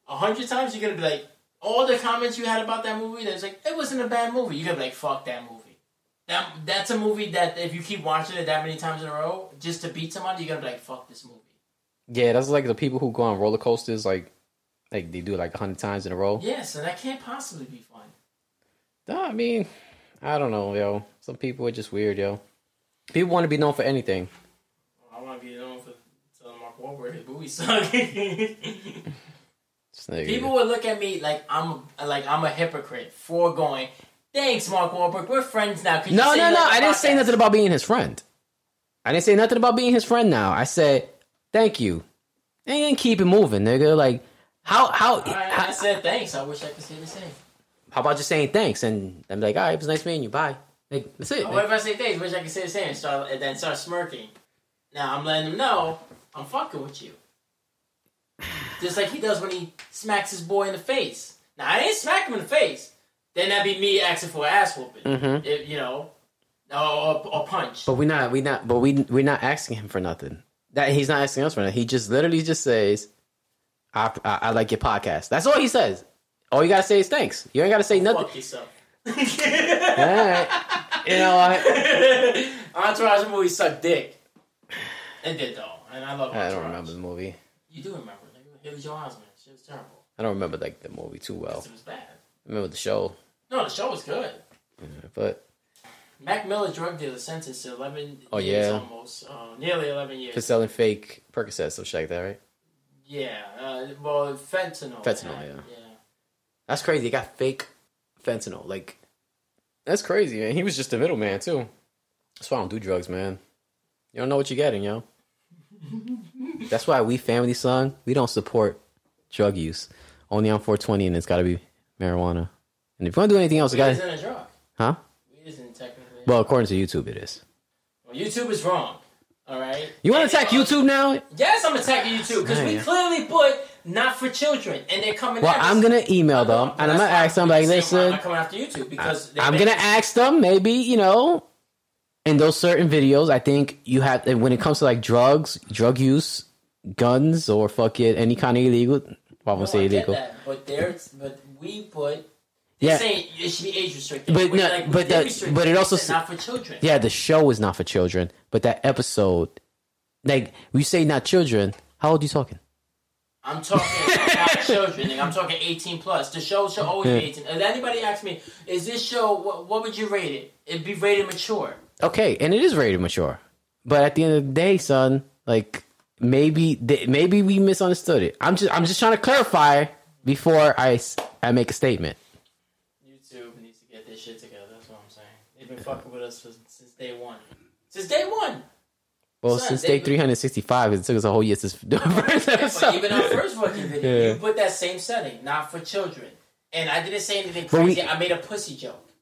Speaker 1: a hundred times, you're gonna be like, all the comments you had about that movie, that's like, it wasn't a bad movie. You're gonna be like, fuck that movie. That that's a movie that if you keep watching it that many times in a row, just to beat somebody, you're gonna be like, fuck this movie.
Speaker 2: yeah, that's like the people who go on roller coasters, like, like they do it like hundred times in a row.
Speaker 1: Yes, and that can't possibly be fun.
Speaker 2: Nah, I mean, I don't know, yo. Some people are just weird, yo. People want to be known for anything.
Speaker 1: I want to be known for telling Mark Wahlberg, his boobies suck.
Speaker 2: This nigga.
Speaker 1: People would look at me like I'm like I'm a hypocrite for going. Thanks, Mark Wahlberg. We're friends now. Could you
Speaker 2: no,
Speaker 1: say
Speaker 2: no, no.
Speaker 1: nothing
Speaker 2: I didn't
Speaker 1: about
Speaker 2: say
Speaker 1: that?"
Speaker 2: nothing about being his friend. I didn't say nothing about being his friend. Now I said thank you, and then keep it moving, nigga. Like how how
Speaker 1: All right, I
Speaker 2: how,
Speaker 1: said thanks. I wish I could say the same.
Speaker 2: how about just saying thanks and I'm like, all right, it was nice meeting you. Bye. Like that's it.
Speaker 1: Or what
Speaker 2: Like,
Speaker 1: if I say thanks? Wish I could say the same. And, start, and then start smirking. Now I'm letting him know I'm fucking with you. Just like he does when he smacks his boy in the face. Now I didn't smack him in the face. Then that'd be me asking for an ass whooping.
Speaker 2: Mhm.
Speaker 1: If- you know, or, or, or punch.
Speaker 2: but we're not we not but we we're not asking him for nothing. That he's not asking us for nothing. He just literally just says, I, I I like your podcast. That's all he says. All you gotta say is thanks. You ain't gotta say nothing.
Speaker 1: Fuck yourself.
Speaker 2: All right. You know what?
Speaker 1: Entourage movie sucked dick. It did though, and I love.
Speaker 2: I
Speaker 1: Entourage.
Speaker 2: don't remember the movie.
Speaker 1: You do remember? nigga. Haley Joel Osment. She was terrible.
Speaker 2: I don't remember like the movie too well.
Speaker 1: It was bad.
Speaker 2: I remember the show,
Speaker 1: No, the show was good.
Speaker 2: but
Speaker 1: Mac Miller, drug dealer, sentenced to 11
Speaker 2: Oh,
Speaker 1: years
Speaker 2: yeah.
Speaker 1: almost. Uh, nearly 11
Speaker 2: for
Speaker 1: years.
Speaker 2: selling fake Percocets, some shit like that, right?
Speaker 1: Yeah. Uh, well, fentanyl.
Speaker 2: Fentanyl, yeah. That's crazy. They got fake fentanyl. Like, that's crazy, man. He was just a middleman too. That's why I don't do drugs, man. You don't know what you're getting, yo. that's why we family son, we don't support drug use. Only on 420, and it's got to be marijuana. And if you want to do anything else, you
Speaker 1: Weed
Speaker 2: got
Speaker 1: isn't a drug.
Speaker 2: huh?
Speaker 1: Weed isn't technically. Well,
Speaker 2: Well, according to YouTube, it is.
Speaker 1: YouTube is wrong. All right.
Speaker 2: You want to attack YouTube now?
Speaker 1: Yes, I'm attacking YouTube because we
Speaker 2: Man.
Speaker 1: clearly put not for children, and they're coming.
Speaker 2: Well,
Speaker 1: at us.
Speaker 2: I'm gonna email them,
Speaker 1: Well,
Speaker 2: and I'm
Speaker 1: that's
Speaker 2: gonna
Speaker 1: why
Speaker 2: ask them like,
Speaker 1: people say, "Why am
Speaker 2: listen.
Speaker 1: I coming after YouTube because they
Speaker 2: I'm
Speaker 1: make-
Speaker 2: gonna ask them. Maybe you know, in those certain videos, I think you have when it comes to like drugs, drug use, guns, or fuck it, any kind of illegal. Well, I won't
Speaker 1: No,
Speaker 2: say
Speaker 1: Oh, I get
Speaker 2: illegal,
Speaker 1: that, but there's but we put. They're
Speaker 2: Yeah.
Speaker 1: saying it should be age restricted.
Speaker 2: But
Speaker 1: We're
Speaker 2: no,
Speaker 1: like, we
Speaker 2: but
Speaker 1: did
Speaker 2: that-
Speaker 1: restrict
Speaker 2: but it also
Speaker 1: They said not
Speaker 2: s-
Speaker 1: for children.
Speaker 2: yeah, the show is not for children, but that episode, like we say, not children. How old you talking?
Speaker 1: I'm talking about children. and I'm talking 18 plus. The show should always be 18. If anybody asks me, is this show what, what would you rate it? It'd be rated mature.
Speaker 2: Okay, and it is rated mature, but at the end of the day, son, like maybe they, maybe we misunderstood it. I'm just I'm just trying to clarify before I s- I make a statement.
Speaker 1: YouTube needs to get this shit together. That's what I'm saying. They've been fucking with us for, since day one. Since day one.
Speaker 2: Well,
Speaker 1: Son,
Speaker 2: since
Speaker 1: they-
Speaker 2: day 365, it took us a whole year to do the first
Speaker 1: But even our
Speaker 2: episode.
Speaker 1: first fucking video,
Speaker 2: Yeah.
Speaker 1: you put that same setting, not for children. And I didn't say anything
Speaker 2: But we-
Speaker 1: crazy. I made a pussy joke.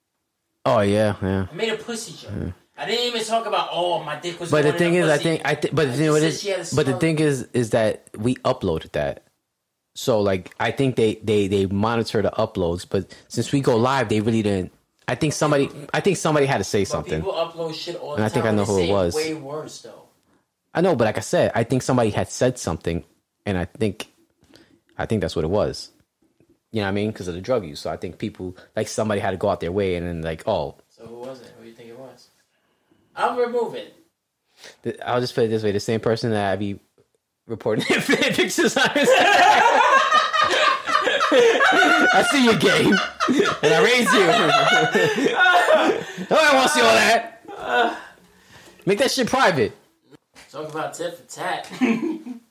Speaker 2: Oh yeah, yeah.
Speaker 1: I made a pussy joke. I didn't even talk about oh my dick was.
Speaker 2: But
Speaker 1: going
Speaker 2: the
Speaker 1: in
Speaker 2: thing
Speaker 1: a
Speaker 2: is, I
Speaker 1: pussy.
Speaker 2: think I think, but you know what
Speaker 1: said
Speaker 2: is,
Speaker 1: she had a
Speaker 2: but the
Speaker 1: small-
Speaker 2: thing is, is that we uploaded that. So like, I think they they they monitor the uploads, but since we go live, they really didn't. I think somebody, I think somebody had to say something.
Speaker 1: people upload shit all the
Speaker 2: I
Speaker 1: time.
Speaker 2: think I know
Speaker 1: They
Speaker 2: who it
Speaker 1: say
Speaker 2: was.
Speaker 1: Way worse though.
Speaker 2: I know, but like I said, I think somebody had said something, and I think, I think that's what it was. You know what I mean? Because of the drug use. So I think people like somebody had to go out their way, and then like, oh,
Speaker 1: So who was it? Who do you think it was? I'll remove it.
Speaker 2: Th- I'll just put it this way: the same person that I be reporting fan pictures on. is- I see your game, and I raise you. Nobody wants to see all that. Make that shit private.
Speaker 1: Talk about tit for tat.
Speaker 2: Ain't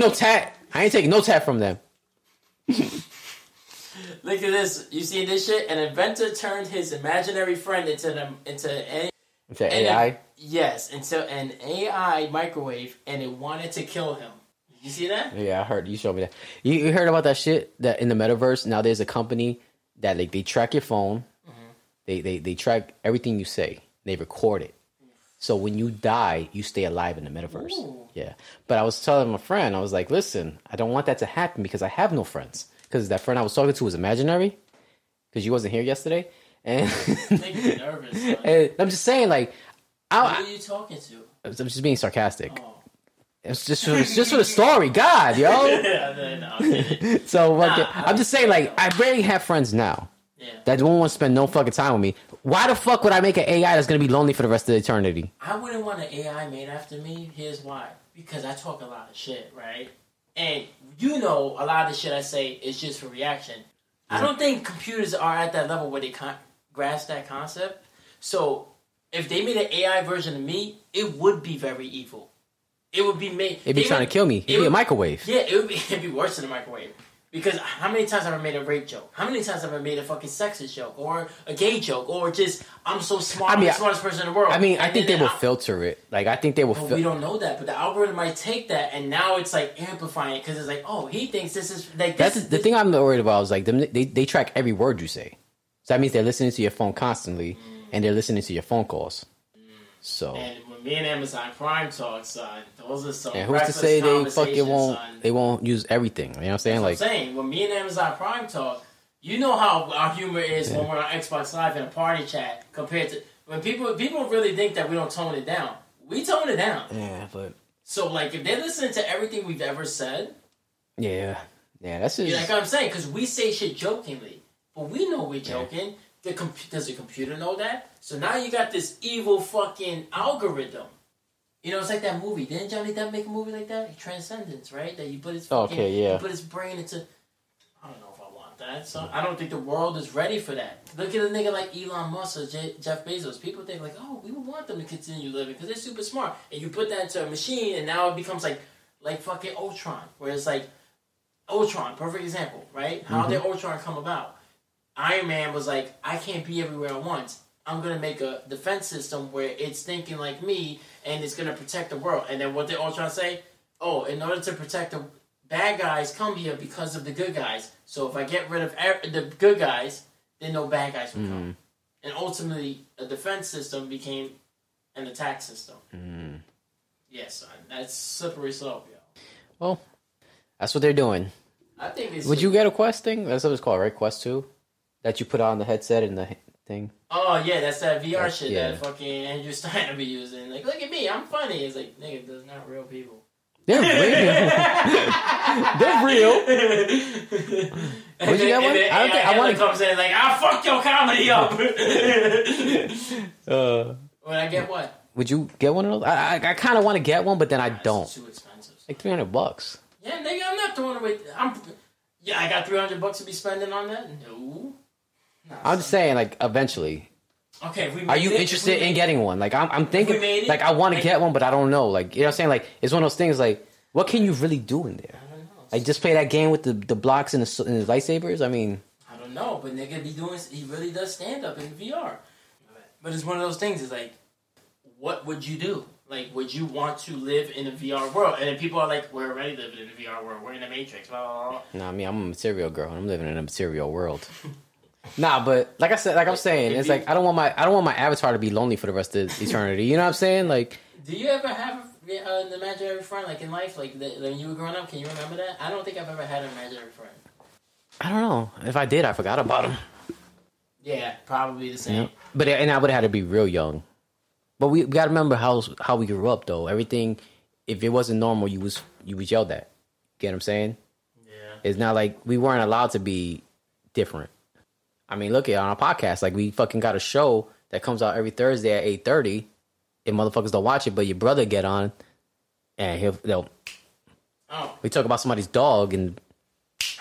Speaker 2: no tat. I ain't taking no tat from them.
Speaker 1: Look at this. You see this shit? An inventor turned his imaginary friend into them into an
Speaker 2: To
Speaker 1: an-
Speaker 2: AI.
Speaker 1: yes, into an AI microwave, and it wanted to kill him. You see that?
Speaker 2: Yeah, I heard you showed me that. You, you heard about that shit that in the metaverse now there's a company that like they track your phone,
Speaker 1: Mm-hmm.
Speaker 2: they they they track everything you say, they record it. So when you die, you stay alive in the metaverse.
Speaker 1: Ooh.
Speaker 2: Yeah, but I was telling my friend, I was like, listen, I don't want that to happen because I have no friends. Because that friend I was talking to was imaginary, because you wasn't here yesterday, and,
Speaker 1: Make me nervous. son.
Speaker 2: and I'm just saying like.
Speaker 1: Who
Speaker 2: I,
Speaker 1: are you talking to?
Speaker 2: I'm just being sarcastic.
Speaker 1: Oh.
Speaker 2: It's just, it's just for the story, God, yo.
Speaker 1: Yeah, no, no, I'm kidding.
Speaker 2: So fucking, I'm just saying, like, I barely have friends now.
Speaker 1: yeah.
Speaker 2: That won't want to spend no fucking time with me. Why the fuck would I make an AI that's gonna be lonely for the rest of eternity?
Speaker 1: I wouldn't want an AI made after me. Here's why. Because I talk a lot of shit, right? And you know, a lot of the shit I say is just for reaction. I don't think computers are at that level where they con- grasp that concept. So if they made an AI version of me, it would be very evil. it would be made.
Speaker 2: It'd be
Speaker 1: they
Speaker 2: trying
Speaker 1: would-
Speaker 2: to kill me. It'd
Speaker 1: it
Speaker 2: be a
Speaker 1: would-
Speaker 2: microwave.
Speaker 1: Yeah, it would be, it'd be worse than a microwave. Because how many times have I made a rape joke? How many times have I made a fucking sexist joke or a gay joke or just I'm so smart,
Speaker 2: I
Speaker 1: I
Speaker 2: mean,
Speaker 1: am the smartest person in the world.
Speaker 2: I mean, I
Speaker 1: And
Speaker 2: think they
Speaker 1: then
Speaker 2: will
Speaker 1: the al-
Speaker 2: filter it. Like, I think they will.
Speaker 1: But
Speaker 2: fil-
Speaker 1: Oh, we don't know that, but the algorithm might take that and now it's like amplifying it because it's like, oh, he thinks this is like this,
Speaker 2: That's the thing I'm worried about. Is like them, they they track every word you say, so that means they're listening to your phone constantly, and they're listening to your phone calls. So,
Speaker 1: And when me and Amazon Prime talk, son, those are some.
Speaker 2: and who's to
Speaker 1: reckless
Speaker 2: say they fucking
Speaker 1: conversations,
Speaker 2: won't
Speaker 1: son.
Speaker 2: they won't use everything? You know what I'm saying?
Speaker 1: That's
Speaker 2: Like,
Speaker 1: what I'm saying when me and Amazon Prime talk, you know how our humor is when we're on Xbox Live in a party chat compared to when people people really think that we don't tone it down. We tone it down.
Speaker 2: yeah, but
Speaker 1: So like if they're listening to everything we've ever said,
Speaker 2: yeah, yeah, that's just
Speaker 1: you like I'm saying because we say shit jokingly, but we know we're joking. The com- does the computer know that? So now you got this evil fucking algorithm. You know, it's like that movie. Didn't Johnny Depp make a movie like that? Transcendence, right? That you put his fucking,
Speaker 2: Okay, yeah.
Speaker 1: you put his brain into. I don't know if I want that. So I don't think the world is ready for that. Look at a nigga like Elon Musk or Je- Jeff Bezos. People think like, oh, we would want them to continue living because they're super smart. And you put that into a machine, and now it becomes like, like fucking Ultron, where it's like, Ultron, perfect example, right?
Speaker 2: Mm-hmm.
Speaker 1: How did Ultron come about? Iron Man was like, I can't be everywhere at once. I'm gonna make a defense system where it's thinking like me and it's gonna protect the world. And then what did Ultron say? Oh, in order to protect the bad guys, come here because of the good guys. So if I get rid of er- the good guys, then no bad guys will come. And ultimately, a defense system became an attack system. Yes, son, that's slippery slope, yo.
Speaker 2: well, that's what they're doing.
Speaker 1: I think it's
Speaker 2: Would you get a Quest thing? That's what it's called, right? Quest two, that you put on the headset and the he- thing.
Speaker 1: Oh yeah, that's that VR
Speaker 2: That's-
Speaker 1: shit
Speaker 2: yeah.
Speaker 1: that fucking Andrew Steiner be using. Like, look at me, I'm funny. It's like, nigga, those not real people.
Speaker 2: They're real. they're real.
Speaker 1: and then,
Speaker 2: Would you get one?
Speaker 1: and then
Speaker 2: I don't think- I
Speaker 1: AI
Speaker 2: wanna-
Speaker 1: comes in like, I fuck your comedy up. when
Speaker 2: Uh,
Speaker 1: I get what?
Speaker 2: would you get one of those? I I, I kind of want to get one, but then I don't.
Speaker 1: It's too expensive.
Speaker 2: Like three hundred bucks.
Speaker 1: Yeah, nigga, I'm not throwing away. I'm. Yeah, I got 300 bucks to be spending on that. No. Nah,
Speaker 2: I'm just
Speaker 1: son.
Speaker 2: saying, like, eventually.
Speaker 1: Okay, if we
Speaker 2: Are
Speaker 1: made
Speaker 2: you
Speaker 1: it- if
Speaker 2: interested
Speaker 1: we-
Speaker 2: in getting one? Like, I'm, I'm thinking,
Speaker 1: made it,
Speaker 2: like, I want to
Speaker 1: like-
Speaker 2: get one, but I don't know. Like, you know what I'm saying? Like, it's one of those things, like, what can you really do in there?
Speaker 1: I don't know.
Speaker 2: Like, just play that game with the, the blocks and the, s- and the lightsabers? I mean,
Speaker 1: I don't know, but nigga be doing. He really does stand up in VR. But it's one of those things. It's like, what would you do? Like, would you want to live in a VR world? And then people are like, we're already living in a VR world. We're in a Matrix. Blah blah blah.
Speaker 2: nah, I mean, I'm a material girl. and I'm living in a material world. nah, but like I said, like I'm saying, it's like, I don't want my, I don't want my avatar to be lonely for the rest of eternity. You know what I'm saying? Like,
Speaker 1: Do you ever have uh, an imaginary friend? Like in life, like the, when you were growing up, can you remember that? I don't think I've ever had an imaginary friend.
Speaker 2: I don't know. If I did, I forgot about him.
Speaker 1: Yeah, probably the same.
Speaker 2: Yeah. But and I would have had to be real young. But we got to remember how how we grew up though. Everything, if it wasn't normal, you was you was yelled at. Get what I'm saying?
Speaker 1: Yeah.
Speaker 2: It's not like we weren't allowed to be different. I mean, look at on our podcast. Like we fucking got a show that comes out every Thursday at eight thirty, and motherfuckers don't watch it. But your brother get on, and he'll they'll,
Speaker 1: Oh,
Speaker 2: we talk about somebody's dog, and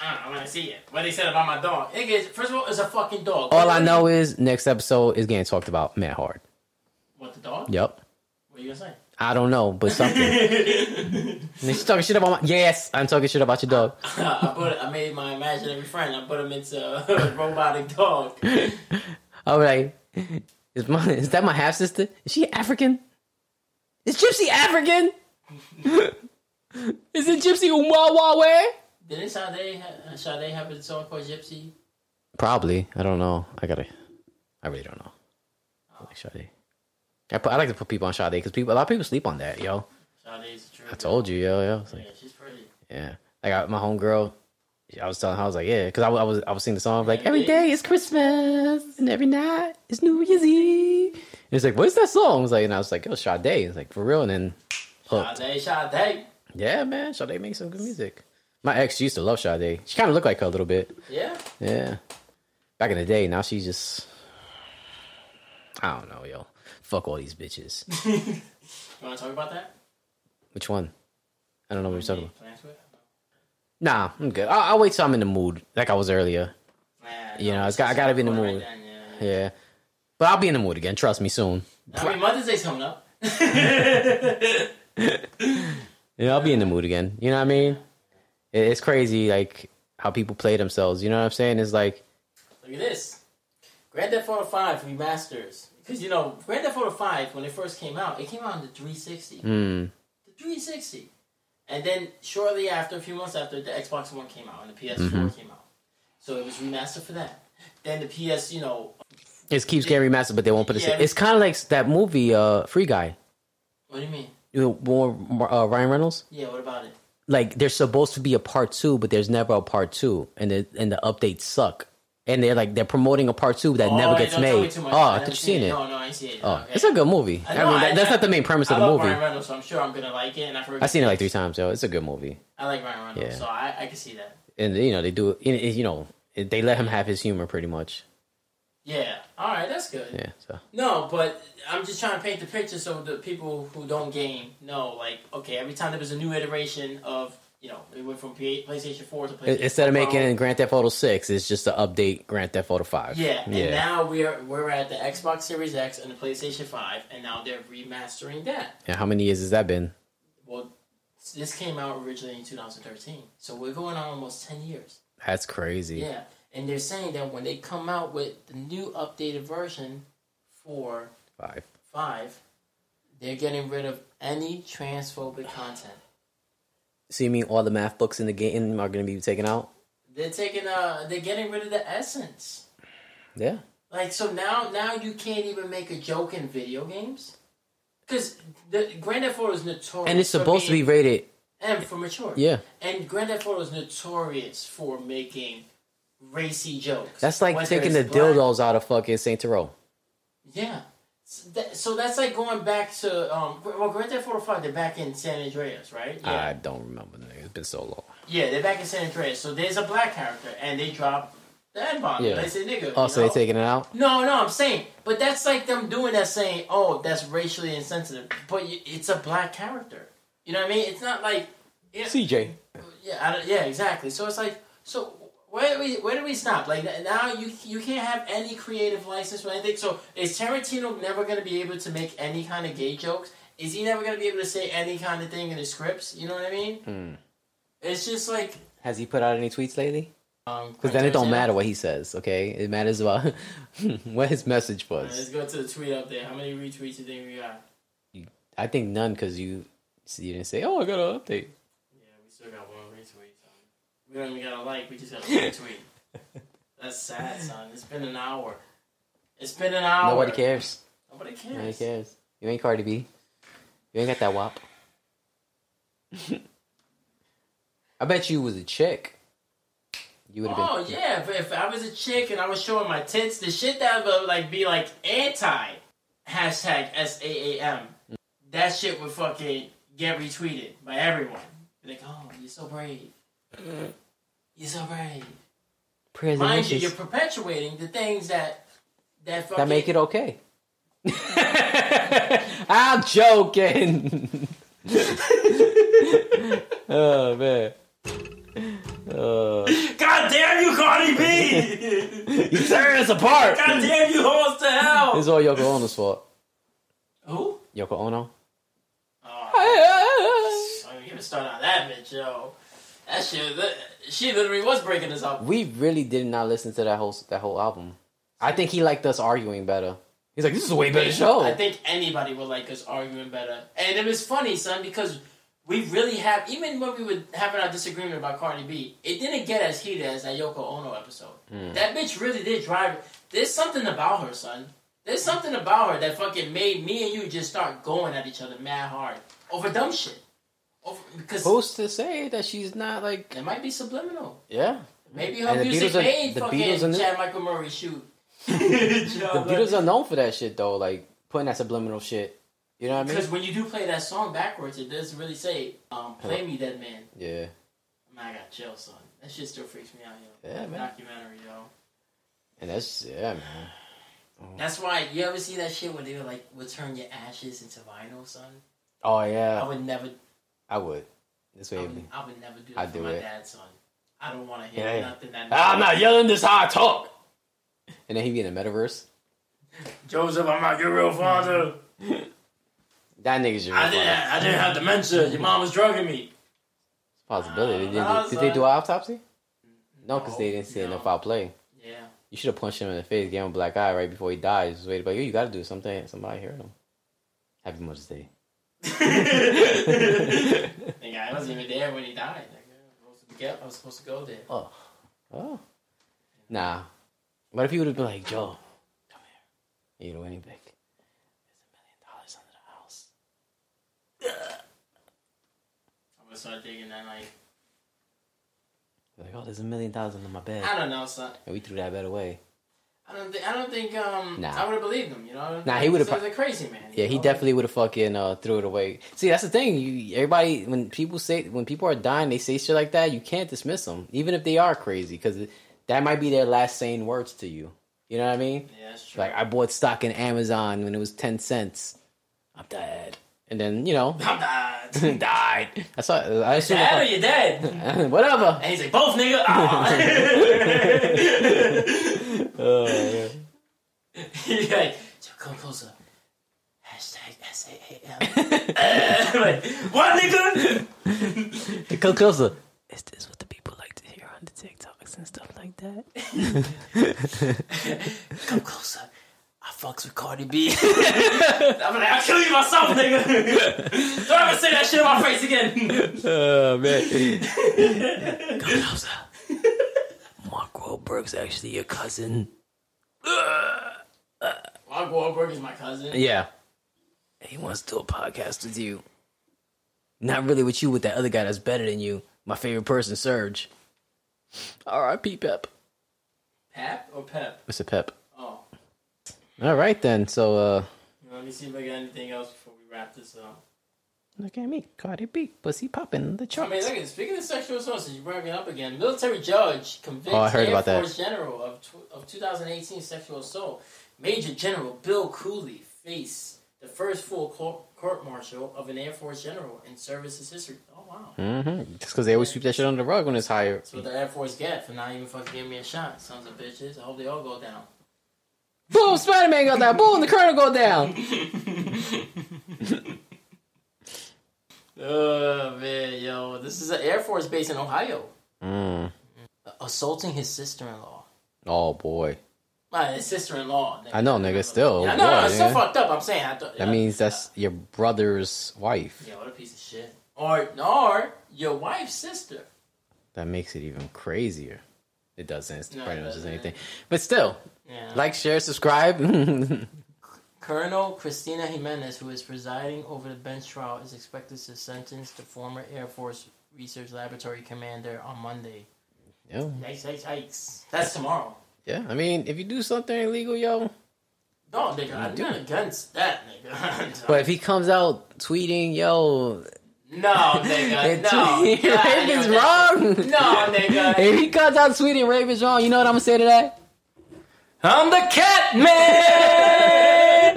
Speaker 1: I don't know. I want to see it. What they said about my dog. Nigga, first of all, it's a fucking dog.
Speaker 2: all I know is next episode is getting talked about mad hard.
Speaker 1: What the dog?
Speaker 2: Yep.
Speaker 1: What are you gonna say?
Speaker 2: I don't know, but something. and she's talking shit about my. Yes, I'm talking shit about your dog.
Speaker 1: I put I made my imaginary friend. I put him into a robotic dog.
Speaker 2: All right. Is, my, is that my half sister? Is she African? Is Gypsy African? is it Gypsy Umwawawe?
Speaker 1: Didn't Sade ha- Sade have a song called Gypsy?
Speaker 2: Probably. I don't know. I gotta. I really don't know. I like Sade. I, put, I like to put people on Sade because people a lot of people sleep on that, yo.
Speaker 1: Sade's true.
Speaker 2: I told you, yo, yo. It's like-
Speaker 1: Yeah, she's pretty.
Speaker 2: Yeah, like I, my homegirl, I was telling her, I was like, yeah, because I, wa- I was I was singing the song like every day is Christmas and every night is New Year's Eve. And it's like, what's that song? I was like, and I was like, yo, Sade. It's like for real. And then, hooked.
Speaker 1: Sade, Sade.
Speaker 2: yeah, man, Sade makes some good music. My ex she used to love Sade. She kind of looked like her a little bit.
Speaker 1: Yeah.
Speaker 2: Yeah, back in the day. Now she just, I don't know, yo. Fuck all these bitches.
Speaker 1: You want to talk about that?
Speaker 2: Which one? I don't know what you're talking about.
Speaker 1: Plans with? it?
Speaker 2: Nah, I'm good. I'll, I'll wait till I'm in the mood, like I was earlier.
Speaker 1: Nah,
Speaker 2: You
Speaker 1: no,
Speaker 2: know, it's
Speaker 1: it's
Speaker 2: got- I gotta be in the
Speaker 1: right
Speaker 2: mood.
Speaker 1: then, yeah.
Speaker 2: Yeah. But I'll be in the mood again. Trust me soon.
Speaker 1: I mean, Mother's Day's coming up.
Speaker 2: You know, I'll be in the mood again. You know what I mean? It- It's crazy, like how people play themselves. You know what I'm saying? It's like
Speaker 1: Look at this. Grand Theft Auto 5 remasters. Because, you know, Grand Theft Auto 5, when it first came out, it came out on the 360.
Speaker 2: hmm,
Speaker 1: The 360. And then shortly after, a few months after, the Xbox One came out and the PS4
Speaker 2: Mm-hmm.
Speaker 1: came out. So it was remastered for that. Then the PS, you know,
Speaker 2: it keeps getting remastered, but they won't put it.
Speaker 1: Yeah.
Speaker 2: It's kind of like that movie, uh, Free Guy,
Speaker 1: what do you mean?
Speaker 2: You know, more, uh, Ryan Reynolds.
Speaker 1: Yeah, what about it?
Speaker 2: Like there's supposed to be a part two, but there's never a part two, and the, and the updates suck. And they're like they're promoting a part two that never
Speaker 1: Oh,
Speaker 2: gets
Speaker 1: don't tell me
Speaker 2: made.
Speaker 1: too much.
Speaker 2: Oh,
Speaker 1: I
Speaker 2: I
Speaker 1: haven't
Speaker 2: thought you seen it.
Speaker 1: No, no, I ain't seen it.
Speaker 2: Oh,
Speaker 1: Okay.
Speaker 2: it's a good movie.
Speaker 1: I
Speaker 2: I,
Speaker 1: know,
Speaker 2: mean,
Speaker 1: I-
Speaker 2: that, that's not the main premise
Speaker 1: I
Speaker 2: of the
Speaker 1: love
Speaker 2: movie.
Speaker 1: Ryan Reynolds, so I'm sure I'm gonna like it. And I've heard.
Speaker 2: I've seen it like three times, yo. It's a good movie.
Speaker 1: I like Ryan Reynolds,
Speaker 2: Yeah.
Speaker 1: so I, I can see that.
Speaker 2: and you know they do it- it. You know it- they let him have his humor pretty much.
Speaker 1: Yeah. All right, that's good.
Speaker 2: Yeah. So
Speaker 1: No, but I'm just trying to paint the picture so the people who don't game know. Like, okay, every time there was a new iteration of, you know, it went from P- PlayStation Four to
Speaker 2: I-
Speaker 1: PlayStation.
Speaker 2: instead of
Speaker 1: Pro.
Speaker 2: making Grand Theft Auto Six, it's just to update Grand Theft Auto Five.
Speaker 1: Yeah, and
Speaker 2: Yeah.
Speaker 1: now we're we're at the Xbox Series X and the PlayStation Five, and now they're remastering that.
Speaker 2: And how many years has that been?
Speaker 1: Well, this came out originally in 2013, so we're going on almost 10 years.
Speaker 2: That's crazy.
Speaker 1: Yeah, and they're saying that when they come out with the new updated version for
Speaker 2: Five.
Speaker 1: five, they're getting rid of any transphobic content.
Speaker 2: So you mean all the math books in the game are going to be taken out?
Speaker 1: They're taking uh they're getting rid of the essence.
Speaker 2: Yeah.
Speaker 1: Like so now now you can't even make a joke in video games. Cause the Grand Theft Auto is notorious
Speaker 2: And it's
Speaker 1: for
Speaker 2: supposed to
Speaker 1: being-
Speaker 2: be rated.
Speaker 1: and for mature.
Speaker 2: Yeah.
Speaker 1: And Grand Theft Auto is notorious for making racy jokes.
Speaker 2: That's like
Speaker 1: Whether
Speaker 2: taking the
Speaker 1: it's black-
Speaker 2: dildos out of fucking Saint Tyrell.
Speaker 1: Yeah. So, that, so that's like going back to um Gr- well Grand Theft Auto 5 they're back in San Andreas, right? Yeah.
Speaker 2: I don't remember. nigga. It's been so long.
Speaker 1: yeah, they're back in San Andreas. So there's a black character and they drop the N bomb.
Speaker 2: Yeah.
Speaker 1: They say nigga.
Speaker 2: Oh,
Speaker 1: you
Speaker 2: so
Speaker 1: know?
Speaker 2: they're taking it out.
Speaker 1: No, no, I'm saying, but that's like them doing that saying, "Oh, that's racially insensitive," but y- it's a black character. You know what I mean? It's not like, yeah,
Speaker 2: CJ.
Speaker 1: yeah, I don't- yeah, exactly. So it's like, so where do we where do we stop? Like n- now, you you can't have any creative license or anything. So is Tarantino never going to be able to make any kind of gay jokes? Is he never going to be able to say any kind of thing in his scripts? You know what I mean?
Speaker 2: Hmm.
Speaker 1: It's just like
Speaker 2: Has he put out any tweets lately?
Speaker 1: um,
Speaker 2: Because then it
Speaker 1: Tarantino.
Speaker 2: don't matter what he says. Okay, it matters about what his message
Speaker 1: All right, let's
Speaker 2: was.
Speaker 1: go to the tweet up there. How many retweets do you think we got?
Speaker 2: I think none because you you didn't say, "Oh, I got an update."
Speaker 1: Yeah, we still got one retweet. Son. We don't even got a like. We just got a retweet. That's sad, son. It's been an hour. It's been an hour.
Speaker 2: Nobody cares.
Speaker 1: Nobody cares.
Speaker 2: Nobody cares. You ain't Cardi B. You ain't got that wop. I bet you was a chick. You would have
Speaker 1: Oh
Speaker 2: been.
Speaker 1: yeah, if, if I was a chick and I was showing my tits, the shit that would like be like anti hashtag S A A M.
Speaker 2: Mm.
Speaker 1: That shit would fucking get retweeted by everyone. Be like, oh, you're so brave. You're so brave.
Speaker 2: Prayers and
Speaker 1: Mind you,
Speaker 2: wishes.
Speaker 1: you're perpetuating the things that that fucking
Speaker 2: that make it okay. I'm joking. oh man. Oh.
Speaker 1: God damn you, Cardi B!
Speaker 2: You tear us apart.
Speaker 1: God damn you, horse to hell!
Speaker 2: It's all Yoko Ono's fault.
Speaker 1: Who?
Speaker 2: Yoko Ono.
Speaker 1: Oh, I mean, even start on that bitch, yo. That shit, that, she literally was breaking us up.
Speaker 2: We really did not listen to that whole that whole album. I think he liked us arguing better. He's like, this is a way better show.
Speaker 1: I think anybody would like us arguing better. And it was funny, son, because we really have, even when we were having our disagreement about Cardi B, it didn't get as heated as that Yoko Ono episode.
Speaker 2: Hmm.
Speaker 1: That bitch really did drive. There's something about her, son. There's something about her that fucking made me and you just start going at each other mad hard over dumb shit. Over, because
Speaker 2: Who's to say that she's not like?
Speaker 1: it might be subliminal.
Speaker 2: Yeah,
Speaker 1: Maybe her
Speaker 2: And the
Speaker 1: music
Speaker 2: Beatles are-
Speaker 1: made
Speaker 2: the
Speaker 1: fucking
Speaker 2: Beatles and the-
Speaker 1: Chad Michael Murray shoot. the
Speaker 2: the Beatles are known for that shit though. Like putting that subliminal shit. You know what I mean?
Speaker 1: Because when you do play that song backwards, it does really say, um, "Play me, dead man."
Speaker 2: Yeah.
Speaker 1: Man, I got chill, son. That shit still freaks me out, yo.
Speaker 2: Yeah, man.
Speaker 1: Documentary, yo.
Speaker 2: And that's yeah, man.
Speaker 1: That's why you ever see that shit when they were like, "Would turn your ashes into vinyl, son."
Speaker 2: Oh
Speaker 1: I
Speaker 2: yeah,
Speaker 1: would never.
Speaker 2: I would. This
Speaker 1: I
Speaker 2: way.
Speaker 1: would, I would never do that
Speaker 2: I'd
Speaker 1: for
Speaker 2: do
Speaker 1: my
Speaker 2: it.
Speaker 1: dad, son. I don't want to hear
Speaker 2: Yeah, yeah.
Speaker 1: nothing that.
Speaker 2: Ah, I'm not yelling this high talk. And then he be in the metaverse. Mm,
Speaker 1: Joseph, I'm not your real father.
Speaker 2: That nigga's your
Speaker 1: I didn't,
Speaker 2: response.
Speaker 1: I didn't have dementia.
Speaker 2: mm.
Speaker 1: Your mom was drugging me.
Speaker 2: Possibility. Did,
Speaker 1: Nah,
Speaker 2: they- did they
Speaker 1: son.
Speaker 2: do an autopsy? No, because they
Speaker 1: No,
Speaker 2: didn't see
Speaker 1: no.
Speaker 2: enough foul play.
Speaker 1: Yeah.
Speaker 2: You should have punched him in the face, gave him a black eye right before he dies. Just waited, but you got to do something. Somebody heard him. Happy Mother's Day.
Speaker 1: Nigga, I wasn't even there when he died. Nigga. I was supposed to get- I was supposed to go there.
Speaker 2: Oh, oh, nah. What if you would have been like, Joe, come here. You know, any back. There's a million dollars under the house.
Speaker 1: I'm gonna start digging that. Like,
Speaker 2: Like, oh, there's a million dollars under my bed,
Speaker 1: I don't know, son.
Speaker 2: and we threw that bed away.
Speaker 1: I don't think. I don't think. Um,
Speaker 2: Nah.
Speaker 1: I would have believed him. You know.
Speaker 2: Nah, he would've
Speaker 1: He's a crazy man.
Speaker 2: Yeah,
Speaker 1: you
Speaker 2: he
Speaker 1: know?
Speaker 2: definitely would have fucking uh, threw it away. See, that's the thing. You everybody when people say when people are dying, they say shit like that. You can't dismiss them, even if they are crazy, because that might be their last saying words to you. You know what I mean?
Speaker 1: Yeah, that's true.
Speaker 2: Like I bought stock in Amazon when it was ten cents. I'm dead, and then you know
Speaker 1: I'm not.
Speaker 2: died. I saw. I assume.
Speaker 1: Dad, or you dead?
Speaker 2: whatever.
Speaker 1: And he's like, both, nigga. Aw.
Speaker 2: Uh, yeah.
Speaker 1: He's like, so come closer. Hashtag S A A M. Like, what, nigga?
Speaker 2: Come closer. Is this what the people like to hear on the TikToks and stuff like that?
Speaker 1: Come closer. I fucks with Cardi B. I'm like, I'll kill you myself, nigga. Don't ever say that shit in my face again.
Speaker 2: Oh man. Come closer. Mark Wahlberg's actually your cousin.
Speaker 1: Mark Wahlberg is my cousin.
Speaker 2: Yeah. And he wants to do a podcast with you. Not really with you, with that other guy that's better than you. My favorite person, Serge. R.I.P. Pep.
Speaker 1: Pap or Pep?
Speaker 2: What's a Pep?
Speaker 1: Oh.
Speaker 2: All right then. So, uh,
Speaker 1: Let me see if I got anything else before we wrap this up.
Speaker 2: look at me, Cardi B, pussy popping the
Speaker 1: I mean,
Speaker 2: charts.
Speaker 1: Oh, look at speaking of sexual assault, since you brought me up again, military judge convicts
Speaker 2: Oh, I heard
Speaker 1: Air
Speaker 2: about that.
Speaker 1: Force General of, tw- of 2018 sexual assault. Major General Bill Cooley faced the first full court, court martial of an Air Force General in service's history. Oh, wow.
Speaker 2: Mm-hmm. Just because they always sweep that shit under the rug when it's higher.
Speaker 1: That's what the Air Force get for not even fucking giving me a shot, sons of bitches. I hope they all go down.
Speaker 2: Boom! Spider Man go down. Boom! The Colonel go down.
Speaker 1: Oh, man, yo. This is an Air Force base in Ohio.
Speaker 2: Mm.
Speaker 1: Assaulting his sister in law.
Speaker 2: Oh boy.
Speaker 1: My sister-in-law.
Speaker 2: I know, nigga, still,
Speaker 1: Yeah, no, no,
Speaker 2: boy,
Speaker 1: it's so
Speaker 2: yeah.
Speaker 1: fucked up. I'm saying. I thought,
Speaker 2: That
Speaker 1: yeah.
Speaker 2: means that's your brother's wife.
Speaker 1: Yeah, what a piece of shit. Or, or your wife's sister.
Speaker 2: That makes it even crazier. It doesn't. It's
Speaker 1: No, it
Speaker 2: pretty much just
Speaker 1: doesn't.
Speaker 2: anything. But still,
Speaker 1: Yeah.
Speaker 2: like, share, subscribe.
Speaker 1: Colonel Christina Jimenez, who is presiding over the bench trial, is expected to sentence the former Air Force Research Laboratory commander on Monday.
Speaker 2: yeah.
Speaker 1: Yikes, yikes, yikes. That's tomorrow.
Speaker 2: yeah, I mean, if you do something illegal, yo.
Speaker 1: No, nigga, I'm not against that, nigga.
Speaker 2: But if he comes out tweeting, yo,
Speaker 1: no, nigga, no.
Speaker 2: tweeting
Speaker 1: God,
Speaker 2: rape
Speaker 1: yo,
Speaker 2: is
Speaker 1: that-
Speaker 2: wrong.
Speaker 1: No, nigga.
Speaker 2: If he comes out tweeting rape is wrong, you know what I'm gonna say to that?
Speaker 1: I'm the cat man.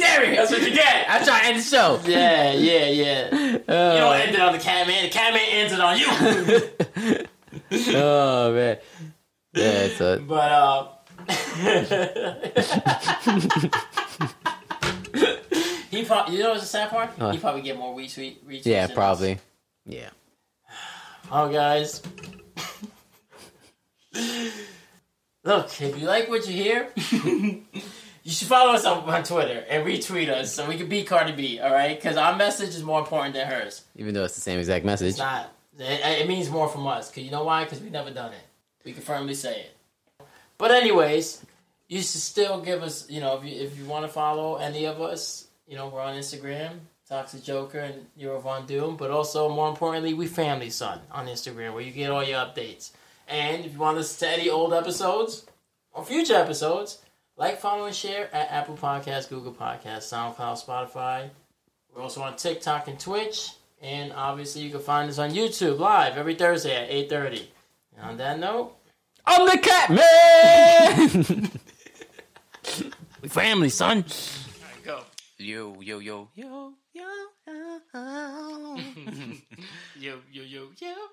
Speaker 1: there we go. That's what you get.
Speaker 2: I try to end the show.
Speaker 1: Yeah, yeah, yeah. You don't
Speaker 2: Oh,
Speaker 1: end it on the Catman. The Catman ends it on you.
Speaker 2: oh, man, yeah, it's a.
Speaker 1: but uh, he probably you know what's the sad part?
Speaker 2: Huh.
Speaker 1: He probably get more retweet retweets.
Speaker 2: Yeah,
Speaker 1: than us.
Speaker 2: probably. Yeah.
Speaker 1: Oh, guys. Look, if you like what you hear, you should follow us on, on Twitter and retweet us so we can beat Cardi B. All right, because our message is more important than hers.
Speaker 2: Even though it's the same exact message.
Speaker 1: It's not. It, it means more from us. Cause you know why? Because we've never done it. We can firmly say it. But anyways, you should still give us. You know, if you if you want to follow any of us, you know, we're on Instagram, Toxic Joker and Euro Von Doom. But also, more importantly, we Family Son on Instagram, where you get all your updates. And if you want to listen to any old episodes or future episodes, like, follow, and share at Apple Podcasts, Google Podcasts, SoundCloud, Spotify. We're also on TikTok and Twitch, and obviously you can find us on YouTube live every Thursday at eight thirty. And on that note,
Speaker 2: I'm the cat man.
Speaker 1: we family, son. go.
Speaker 2: yo, yo, yo, yo, yo. yo.
Speaker 1: Yo, yo, yo, yo.